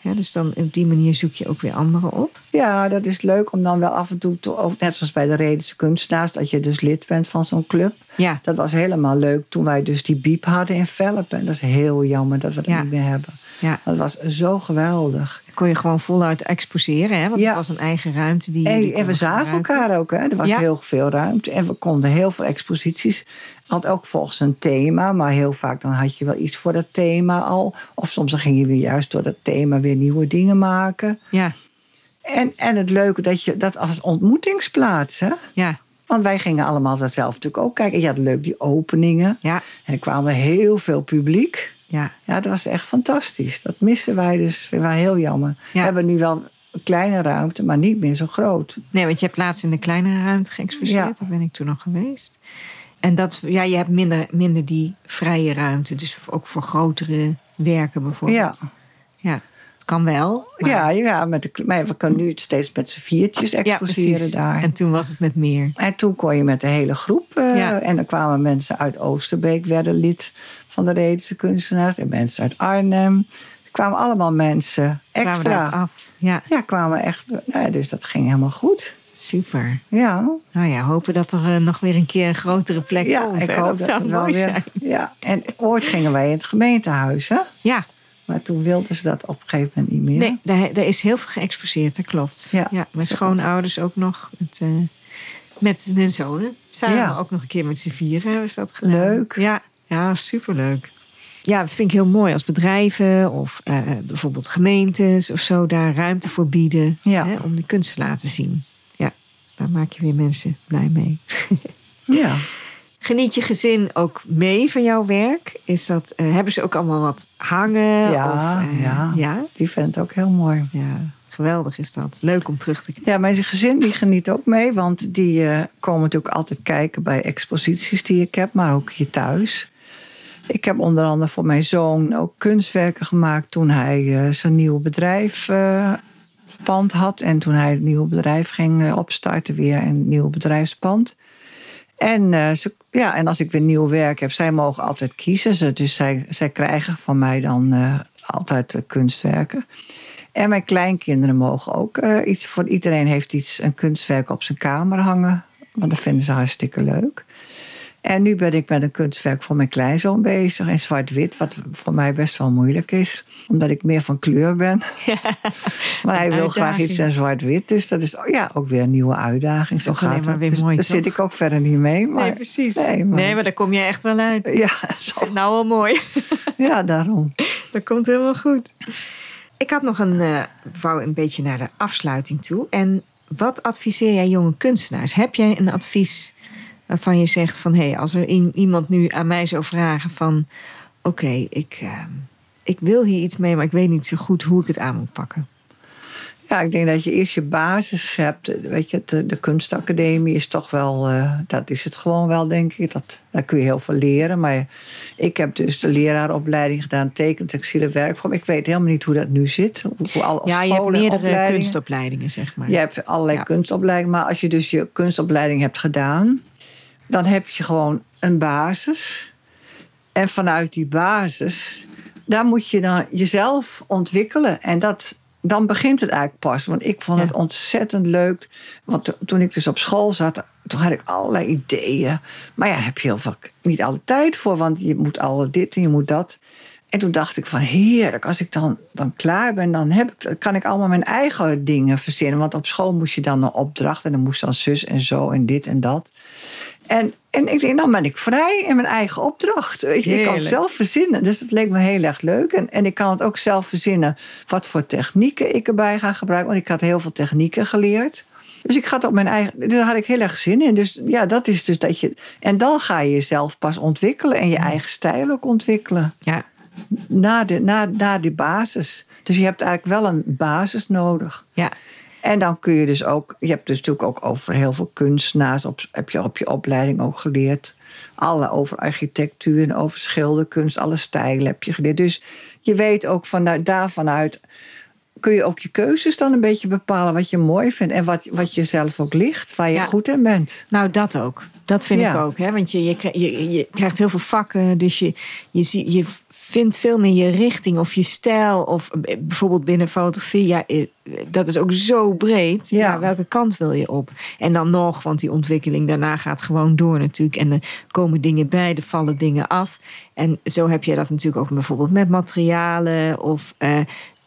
C: Hè, dus dan op die manier zoek je ook weer anderen op.
A: ja, dat is leuk om dan wel af en toe, te, of net zoals bij de Redense Kunstenaars, dat je dus lid bent van zo'n club.
C: Ja,
A: Dat was helemaal leuk toen wij dus die biep hadden in Velpen. En dat is heel jammer dat we dat
C: Ja.
A: niet meer hebben.
C: ja.
A: Dat was zo geweldig.
C: Dan kon je gewoon voluit exposeren. Hè? Want
A: Ja.
C: het was een eigen ruimte die
A: En,
C: jullie
A: en we
C: konden
A: zagen
C: gebruiken.
A: elkaar ook, hè? er was
C: Ja.
A: heel veel ruimte. En we konden heel veel exposities. Had ook volgens een thema, maar heel vaak dan had je wel iets voor dat thema al. Of soms dan ging je weer juist door dat thema weer nieuwe dingen maken.
C: Ja,
A: En, en het leuke dat je dat als ontmoetingsplaats, hè?
C: ja,
A: Want wij gingen allemaal dat zelf natuurlijk ook kijken. En je had leuk die openingen.
C: ja,
A: En er kwamen heel veel publiek.
C: ja.
A: Ja, dat was echt fantastisch. Dat missen wij dus, vinden wij heel jammer. We hebben nu wel een kleine ruimte, maar niet meer zo groot.
C: Nee, want je hebt laatst in de kleinere ruimte geëxposeerd.
A: Ja.
C: Daar ben ik toen nog geweest. En dat, ja, je hebt minder, minder die vrije ruimte. Dus ook voor grotere werken bijvoorbeeld.
A: Ja.
C: ja het kan wel. maar-
A: Ja, ja met de, maar we kunnen nu het steeds met z'n viertjes
C: ja,
A: exposeren
C: precies.
A: daar. En,
C: En toen was het met meer.
A: toen kon je met de hele groep. eh,
C: Ja.
A: En dan kwamen mensen uit Oosterbeek, werden lid van de Redense Kunstenaars. En mensen uit Arnhem. Er kwamen allemaal mensen
C: Kwamen we daar
A: extra.
C: af. Ja,
A: Ja, kwamen echt. Nou, dus dat ging helemaal goed.
C: super.
A: Ja,
C: Nou ja, hopen dat er eh, nog weer een keer een grotere plek
A: ja
C: komt.
A: ik
C: hè.
A: hoop dat,
C: dat zou
A: er wel
C: mooi
A: weer.
C: zijn.
A: Ja, en ooit gingen wij in het gemeentehuis, hè?
C: Ja,
A: Maar toen wilden ze dat op een gegeven moment niet meer.
C: nee, daar, daar is heel veel geëxposeerd, dat klopt.
A: Ja.
C: mijn schoonouders ook nog. Met, eh, met hun zonen. Samen
A: Ja.
C: ook nog een keer met z'n vieren hebben ze dat gedaan.
A: Leuk.
C: Ja, ja superleuk. Ja, dat vind ik heel mooi als bedrijven of eh, bijvoorbeeld gemeentes of zo daar ruimte voor bieden
A: Ja.
C: hè, om de kunst te laten zien. Ja, daar maak je weer mensen blij mee.
A: Ja.
C: Geniet je gezin ook mee van jouw werk? Is dat, eh, hebben ze ook allemaal wat hangen?
A: Ja,
C: of, eh,
A: ja.
C: ja.
A: Die vindt het ook heel mooi.
C: Ja, geweldig is dat. Leuk om terug te kijken.
A: Ja, mijn gezin die geniet ook mee, want die eh, komen natuurlijk altijd kijken bij exposities die ik heb, maar ook hier thuis. Ik heb onder andere voor mijn zoon ook kunstwerken gemaakt toen hij eh, zijn nieuw bedrijf eh, pand had. En toen hij het nieuwe bedrijf ging eh, opstarten, weer een nieuw bedrijfspand. En, eh, ze, ja, en als ik weer nieuw werk heb, zij mogen altijd kiezen. Ze, dus zij, zij krijgen van mij dan eh, altijd eh, kunstwerken. En mijn kleinkinderen mogen ook eh, iets voor. Iedereen heeft iets, een kunstwerk op zijn kamer hangen. Want dat vinden ze hartstikke leuk. En nu ben ik met een kunstwerk voor mijn kleinzoon bezig. In zwart-wit, wat voor mij best wel moeilijk is. Omdat ik meer van kleur ben. maar hij
C: een
A: wil graag
C: uitdaging.
A: iets in zwart-wit. Dus dat is ja, ook weer een nieuwe uitdaging.
C: is
A: Zo
C: ook alleen
A: gaat
C: maar
A: het.
C: weer
A: Dus
C: mooi,
A: Daar
C: toch?
A: zit ik ook verder niet mee. Maar,
C: nee, precies.
A: Nee, maar,
C: daar kom je echt wel uit.
A: ja, zo-
C: Nou, wel mooi.
A: ja, daarom.
C: Dat komt helemaal goed. Ik had nog een, eh wou een beetje naar de afsluiting toe. En wat adviseer jij jonge kunstenaars? Heb jij een advies waarvan je zegt van... hé, hey, als er i- iemand nu aan mij zou vragen van... oké, ik, eh, ik wil hier iets mee, maar ik weet niet zo goed hoe ik het aan moet pakken.
A: Ja, ik denk dat je eerst je basis hebt. Weet je, de, de kunstacademie is toch wel, eh, dat is het gewoon wel, denk ik. Dat, daar kun je heel veel leren. Maar ik heb dus de leraaropleiding gedaan, teken, textiele werkvorm. Ik weet helemaal niet hoe dat nu zit. Hoe, hoe al,
C: ja, je hebt
A: scholen,
C: meerdere
A: opleidingen.
C: kunstopleidingen, zeg maar.
A: Je hebt allerlei
C: Ja.
A: kunstopleidingen. Maar als je dus je kunstopleiding hebt gedaan, dan heb je gewoon een basis. En vanuit die basis, daar moet je dan jezelf ontwikkelen. En dat, dan begint het eigenlijk pas. Want ik vond
C: Ja.
A: het ontzettend leuk. Want to- toen ik dus op school zat, toen had ik allerlei ideeën. Maar ja, daar heb je heel vaak niet alle tijd voor. Want je moet al dit en je moet dat. En toen dacht ik van heerlijk, als ik dan, dan klaar ben, dan heb ik, dan kan ik allemaal mijn eigen dingen verzinnen. Want op school moest je dan een opdracht en dan moest dan zus en zo en dit en dat. En, en ik denk, dan ben ik vrij in mijn eigen opdracht. Weet je, ik kan het
C: Heerlijk.
A: zelf verzinnen. Dus dat leek me heel erg leuk. En, en ik kan het ook zelf verzinnen wat voor technieken ik erbij ga gebruiken. Want ik had heel veel technieken geleerd. Dus ik had op mijn eigen. Daar had ik heel erg zin in. Dus ja, dat is dus dat je. En dan ga je jezelf pas ontwikkelen en je eigen stijl ook ontwikkelen.
C: Ja,
A: Na de, na, na de basis. Dus je hebt eigenlijk wel een basis nodig.
C: ja.
A: En dan kun je dus ook, je hebt dus natuurlijk ook over heel veel kunstenaars, op, heb je op je opleiding ook geleerd. Alle over architectuur en over schilderkunst, alle stijlen heb je geleerd. Dus je weet ook vanuit, daarvan uit, kun je ook je keuzes dan een beetje bepalen wat je mooi vindt en wat, wat je zelf ook ligt, waar je
C: Ja.
A: goed in bent.
C: Nou, dat ook. Dat vind
A: Ja.
C: ik ook. Hè? Want je, je, krij- je, je krijgt heel veel vakken. Dus je, je, zie- je vindt veel meer je richting of je stijl. Of eh, bijvoorbeeld binnen fotografie. Ja, eh, dat is ook zo breed. Ja.
A: Ja.
C: welke kant wil je op? En dan nog, want die ontwikkeling daarna gaat gewoon door natuurlijk. En er komen dingen bij, er vallen dingen af. En zo heb je dat natuurlijk ook bijvoorbeeld met materialen. Of eh,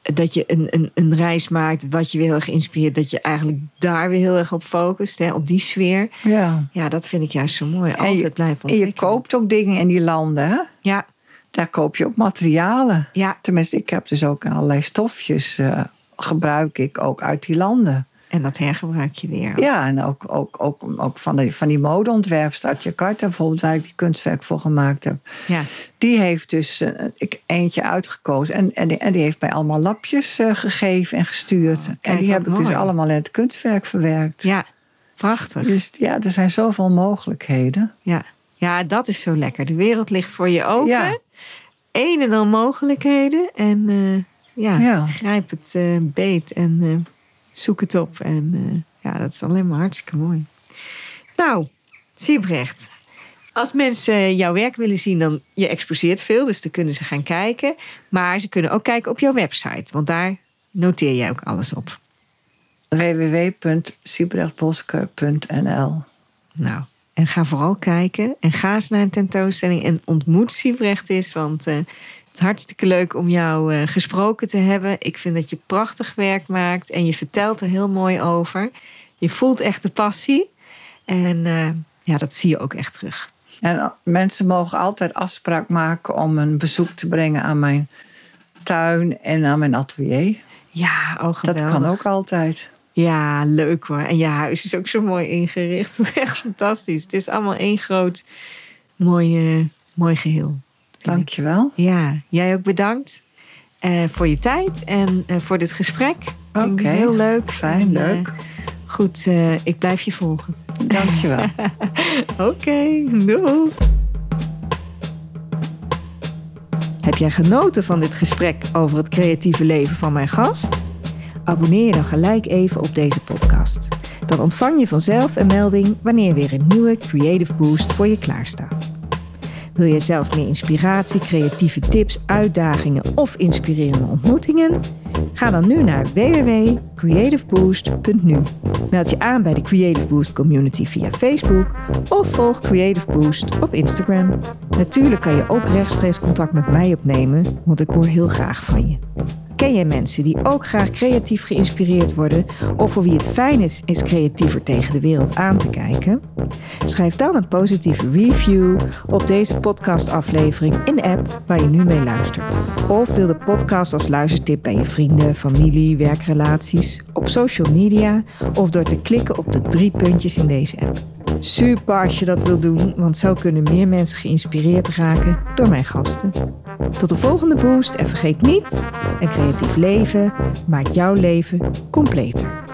C: dat je een, een, een reis maakt wat je weer heel erg inspireert. Dat je eigenlijk daar weer heel erg op focust. Hè, op die sfeer.
A: Ja.
C: Ja, dat vind ik juist zo mooi.
A: En
C: Altijd
A: je,
C: blijven
A: en je
C: ontwikkelen.
A: koopt ook dingen in die landen, hè?
C: Ja,
A: Daar koop je ook materialen.
C: ja.
A: Tenminste, ik heb dus ook allerlei stofjes eh, gebruik ik ook uit die landen.
C: En dat hergebruik je weer.
A: Ja, en ook, ook, ook, ook van, die, van die modeontwerpster uit Jakarta bijvoorbeeld, waar ik die kunstwerk voor gemaakt heb.
C: Ja.
A: Die heeft dus eh, ik eentje uitgekozen en, en, die, en die heeft mij allemaal lapjes eh, gegeven en gestuurd. en die
C: wat
A: heb ik dus
C: Ah, mooi.
A: allemaal in het kunstwerk verwerkt.
C: ja. Prachtig.
A: Dus ja, er zijn zoveel mogelijkheden.
C: Ja. ja, dat is zo lekker. De wereld ligt voor je open.
A: Ja.
C: Een en al mogelijkheden. En eh, ja,
A: Ja.
C: grijp het eh, beet en eh, zoek het op. En eh, ja, dat is alleen maar hartstikke mooi. Nou, Siebrecht. Als mensen jouw werk willen zien, dan je exposeert veel, dus dan kunnen ze gaan kijken. Maar ze kunnen ook kijken op jouw website, want daar noteer jij ook alles op.
A: www.siebrechtbosker.nl
C: Nou, en ga vooral kijken. En ga eens naar een tentoonstelling en ontmoet Siebrecht eens. Want eh, het is hartstikke leuk om jou eh, gesproken te hebben. Ik vind dat je prachtig werk maakt en je vertelt er heel mooi over. Je voelt echt de passie. En eh, ja, dat zie je ook echt terug.
A: En eh, mensen mogen altijd afspraak maken om een bezoek te brengen aan mijn tuin en aan mijn atelier.
C: Ja, oh geweldig.
A: Dat kan ook altijd.
C: Ja, leuk hoor. En je huis is ook zo mooi ingericht. Echt fantastisch. Het is allemaal één groot mooi, eh, mooi geheel.
A: Dankjewel.
C: Ja, jij ook bedankt eh, voor je tijd en eh, voor dit gesprek. Vind ik
A: Oké.
C: Heel leuk.
A: Fijn,
C: En,
A: leuk.
C: eh, goed, eh, ik blijf je volgen.
A: Dankjewel.
C: Oké, doei. Heb jij genoten van dit gesprek over het creatieve leven van mijn gast? Abonneer je dan gelijk even op deze podcast. Dan ontvang je vanzelf een melding wanneer weer een nieuwe Creative Boost voor je klaarstaat. Wil je zelf meer inspiratie, creatieve tips, uitdagingen of inspirerende ontmoetingen? Ga dan nu naar www.creativeboost.nu. Meld je aan bij de Creative Boost community via Facebook of volg Creative Boost op Instagram. Natuurlijk kan je ook rechtstreeks contact met mij opnemen, want ik hoor heel graag van je. Ken jij mensen die ook graag creatief geïnspireerd worden of voor wie het fijn is, is creatiever tegen de wereld aan te kijken? Schrijf dan een positieve review op deze podcastaflevering in de app waar je nu mee luistert. Of deel de podcast als luistertip bij je vrienden, familie, werkrelaties, op social media of door te klikken op de drie puntjes in deze app. Super als je dat wil doen, want zo kunnen meer mensen geïnspireerd raken door mijn gasten. Tot de volgende boost en vergeet niet, een creatief leven maakt jouw leven completer.